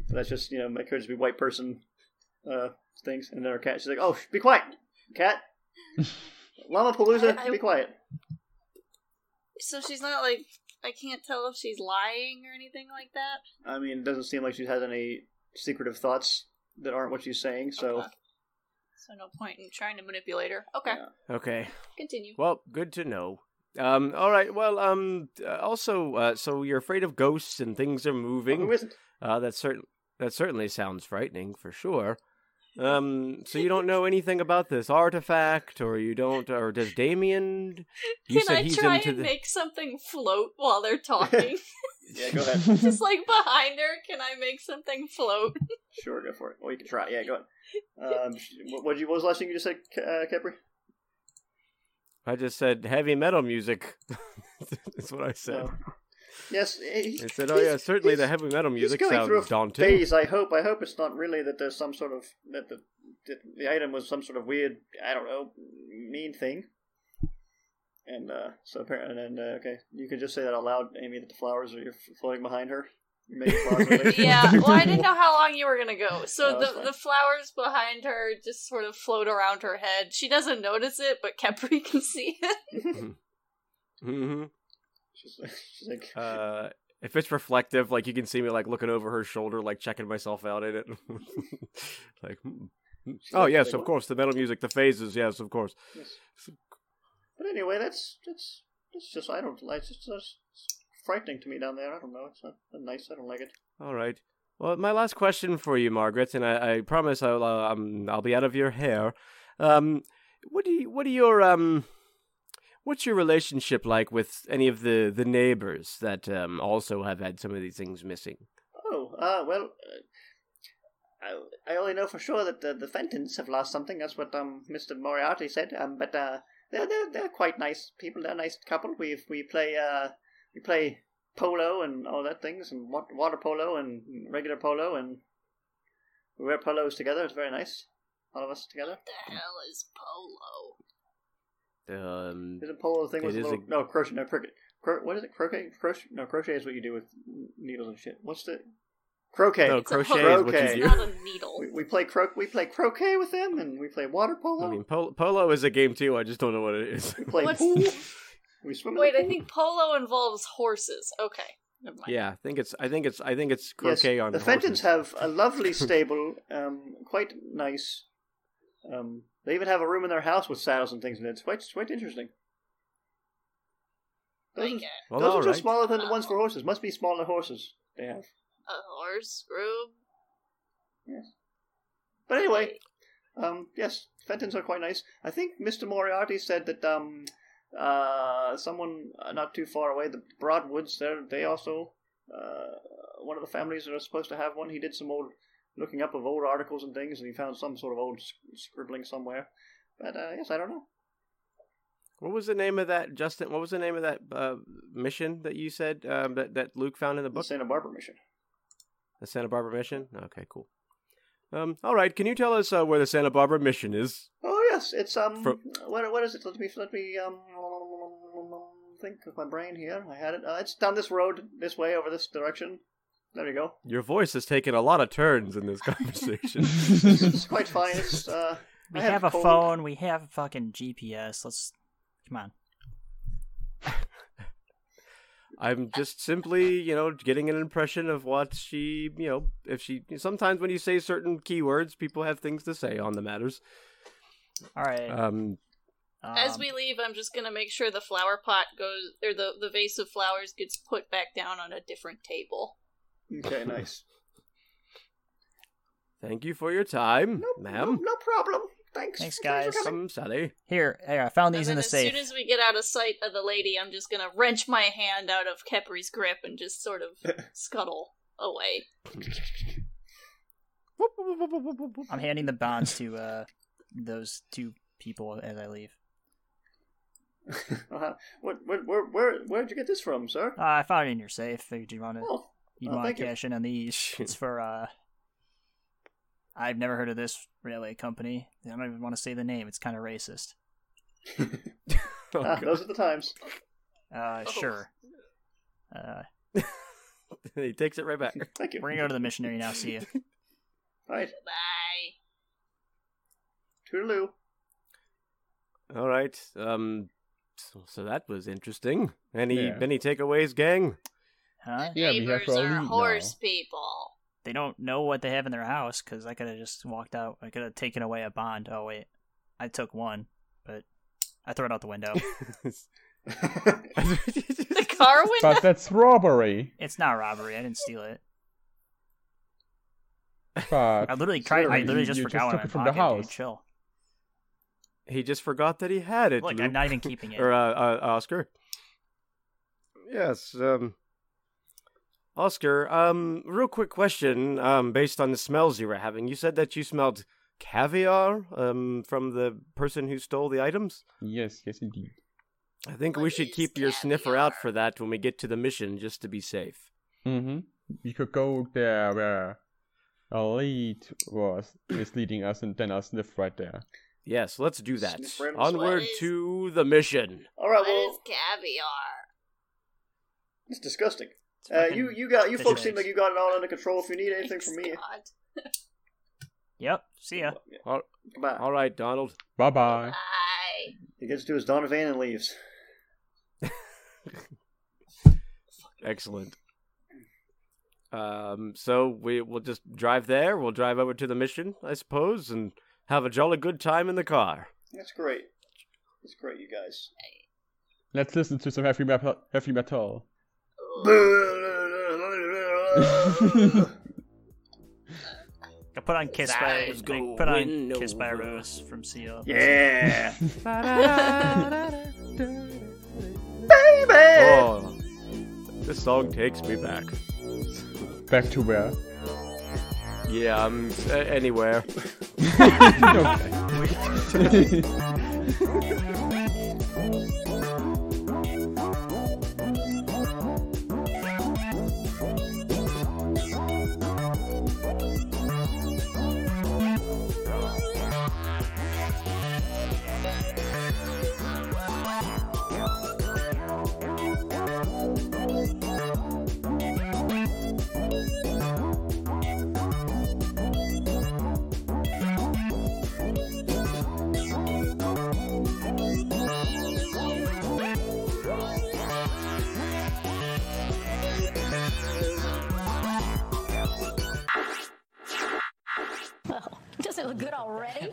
A: But that's just you know it could just be white person uh, things. And then her cat, she's like, "Oh, sh- be quiet, cat." Llama
D: I-
A: Palooza,
D: I-
A: be quiet.
D: So she's not like I can't tell if she's lying or anything like that.
A: I mean, it doesn't seem like she has any secretive thoughts that aren't what she's saying. So
D: Okay. So no point in trying to manipulate her. Okay,
A: Yeah.
E: Okay.
D: continue.
E: Well, good to know. Um, all right. Well, um, uh, also, uh, so you're afraid of ghosts and things are
A: who
E: moving.
A: isn't?
E: Uh, that certain that certainly sounds frightening for sure. Um, so you don't know anything about this artifact, or you don't, or does Damien? You
D: Can
E: said
D: I
E: he's
D: try
E: into
D: and
E: the.
D: make something float while they're talking?
A: Yeah, go ahead.
D: Just like behind her, can I make something float?
A: Sure, go for it. Well, you can try. Yeah, go ahead. Um, sh- what, what'd you, what was the last thing you just said, K- uh, Capri?
E: I just said heavy metal music. That's what I said.
A: No. Yes. eh, He,
E: I said, oh yeah, certainly the heavy metal music
A: going through a
E: sounds daunting.
A: Phase, I hope. I hope it's not really that there's some sort of that the that the item was some sort of weird, I don't know, mean thing. And uh, so apparently, and then, uh, okay, you can just say that out loud, Amy, that the flowers are you're floating behind her. You made the flowers look like-
D: yeah. Well, I didn't know how long you were gonna go. So
A: No, that's
D: the
A: fine.
D: the flowers behind her just sort of float around her head. She doesn't notice it, but Kepri can see it.
E: hmm
A: She's like, she's like
E: Uh, if it's reflective, like you can see me like looking over her shoulder, like checking myself out in it. like, hmm. oh
A: like-
E: yes,
A: like,
E: of
A: what?
E: course, the metal music, the phases, yes, of course.
A: Yes. But anyway, that's that's that's just I don't like it's just it's frightening to me down there. I don't know. It's not not nice. I don't like it.
E: All right. Well, my last question for you, Margaret, and I, I promise I'll uh, um, I'll be out of your hair. Um, what do you, what are your um, what's your relationship like with any of the the neighbors that um also have had some of these things missing?
A: Oh, uh, well, uh, I I only know for sure that the, the Fentons have lost something. That's what um Mister Moriarty said. Um, but uh, they're they're they're quite nice people. They're a nice couple. We we play uh we play polo and all that things and wa- water polo and regular polo and we wear polos together. It's very nice. All of us together.
D: the hell is polo?
E: Um,
A: Is it polo the thing
E: It
A: with a
E: is
A: little
E: a-
A: no crochet no cricket cro- what is it croquet crochet no crochet is what you do with needles and shit what's the croquet
E: No,
D: It's a
E: crochet
D: hook,
A: is what you
D: it's
A: do.
D: Not a needle.
A: we, we play cro we play croquet with them and we play water polo
E: I mean, pol- polo is a game too. I just don't know what it is.
A: we play
D: What's-
A: pool we swim in the
D: Wait, I
A: pool.
D: think polo involves horses. Okay, never mind.
E: Yeah, I think it's I think it's I think it's croquet
A: yes,
E: on
A: the
E: horses.
A: Fentons have a lovely stable um quite nice um they even have a room in their house with saddles and things in it it's quite it's quite interesting those,
D: Like
A: are-
D: a,
E: well,
A: those are
E: all
A: just
E: right.
A: smaller than the ones for horses must be smaller horses they have
D: a horse room.
A: But anyway, um, yes, Fentons are quite nice. I think Mr. Moriarty said that um, uh, someone uh, not too far away, the Broadwoods, there they also uh, one of the families that are supposed to have one. He did some old looking up of old articles and things, and he found some sort of old sc- scribbling somewhere. But uh, yes, I don't know.
E: What was the name of that, Justin? What was the name of that uh, mission that you said um, that that Luke found in the
A: The
E: book?
A: Santa Barbara mission.
E: The Santa Barbara mission. Okay, cool. Um, all right. Can you tell us uh, where the Santa Barbara mission is?
A: Oh yes, it's um.
E: Fro-
A: what what is it? Let me let me um. Think of my brain here. I had it. Uh, it's down this road, this way, over this direction. There you go.
E: Your voice has taken a lot of turns in this conversation.
A: It's, it's quite fine. It's uh.
C: We
A: I
C: have,
A: have
C: a
A: cold.
C: phone. We have fucking GPS. Let's come on.
E: I'm just simply, you know, getting an impression of what she, you know, if she. Sometimes when you say certain keywords, people have things to say on the matters.
C: All right.
E: Um,
D: As
C: um,
D: we leave, I'm just gonna make sure the flower pot goes, or the the vase of flowers gets put back down on a different table.
A: Okay, nice.
E: thank you for your time,
A: Nope,
E: ma'am.
A: No, no problem. Thanks.
C: Thanks,
A: for
C: guys.
A: coming.
E: I'm sorry.
C: here, here, I found
D: And
C: these
D: then
C: in the
D: as
C: safe.
D: soon as we get out of sight of the lady, I'm just gonna wrench my hand out of Kepri's grip and just sort of scuttle away.
C: I'm handing the bonds to uh, those two people as I leave.
A: Uh-huh. What, what, where, where, where'd you get this from, sir?
C: Uh, I found it in your safe. Figured you want to
A: Oh,
C: you
A: oh,
C: want
A: thank
C: to
A: you.
C: cash in on these. It's for uh, I've never heard of this railway company. I don't even want to say the name. It's kind of racist.
E: Oh,
A: ah,
E: God.
A: those are the times.
C: Uh,
D: Oh.
C: sure. Uh,
E: he takes it right back.
A: Thank you.
C: we're gonna go to the missionary now. See you.
A: All right,
D: Bye.
A: toodaloo.
E: All right. Um, so, so that was interesting. Any
B: Yeah.
E: any takeaways, gang?
C: Huh?
B: Yeah, we have
D: Neighbors
B: to all
D: are
B: leave
D: horse
B: now.
D: people.
C: They don't know what they have in their house because I could have just walked out. I could have taken away a bond. Oh wait, I took one, but I threw it out the window.
D: The car window.
B: But that's robbery.
C: it's not robbery. I didn't steal it. I
B: But
C: literally cried. I
B: Sorry,
C: literally
B: you-
C: just
B: you
C: forgot
B: just
C: one
B: took
C: in
B: it
C: my
B: from the
C: pocket. dude.
B: house.
C: Chill.
E: he just forgot that he had it.
C: Look,
E: Luke.
C: I'm not even keeping it.
E: or uh, uh, Oscar. Yes, um, Oscar. Um, real quick question. Um, based on the smells you were having, you said that you smelled caviar. Um, from the person who stole the items.
B: yes, yes, indeed.
E: I think
D: What
E: we should
D: is
E: keep your sniffer out
D: caviar?
E: for that when we get to the mission, just to be safe.
B: Mm-hmm. We could go there where a lead was is leading us, and then I'll sniff right there.
E: Yes, let's do that.
A: Sniff right on the
E: Onward
D: slides.
E: to the mission.
A: All right,
D: What
A: well,
D: is caviar?
A: it's disgusting.
C: It's
A: Uh,
C: fucking-
A: you, you got, you
C: fish
A: folks
C: and
A: seem like
C: eggs.
A: you got it all under control. If you need anything from me,
D: Thanks, God.
C: Yep. See ya.
E: All,
C: Oh.
A: goodbye.
E: all right, Donald.
B: Bye bye.
D: Bye.
A: He gets to his Donovan and leaves.
E: Excellent. Um, so we will just drive there. We'll drive over to the mission, I suppose, and have a jolly good time in the car.
A: That's great. That's great, you guys.
B: Let's listen to some heavy metal. Heavy metal.
C: I put on Kiss by
E: Eyes go
C: I put on
E: window.
C: Kiss by Rose from Seal.
A: yeah, baby.
E: oh, this song takes me back.
B: Back to where?
E: Yeah, I'm uh, anywhere.
B: Okay.
G: Does it look good already?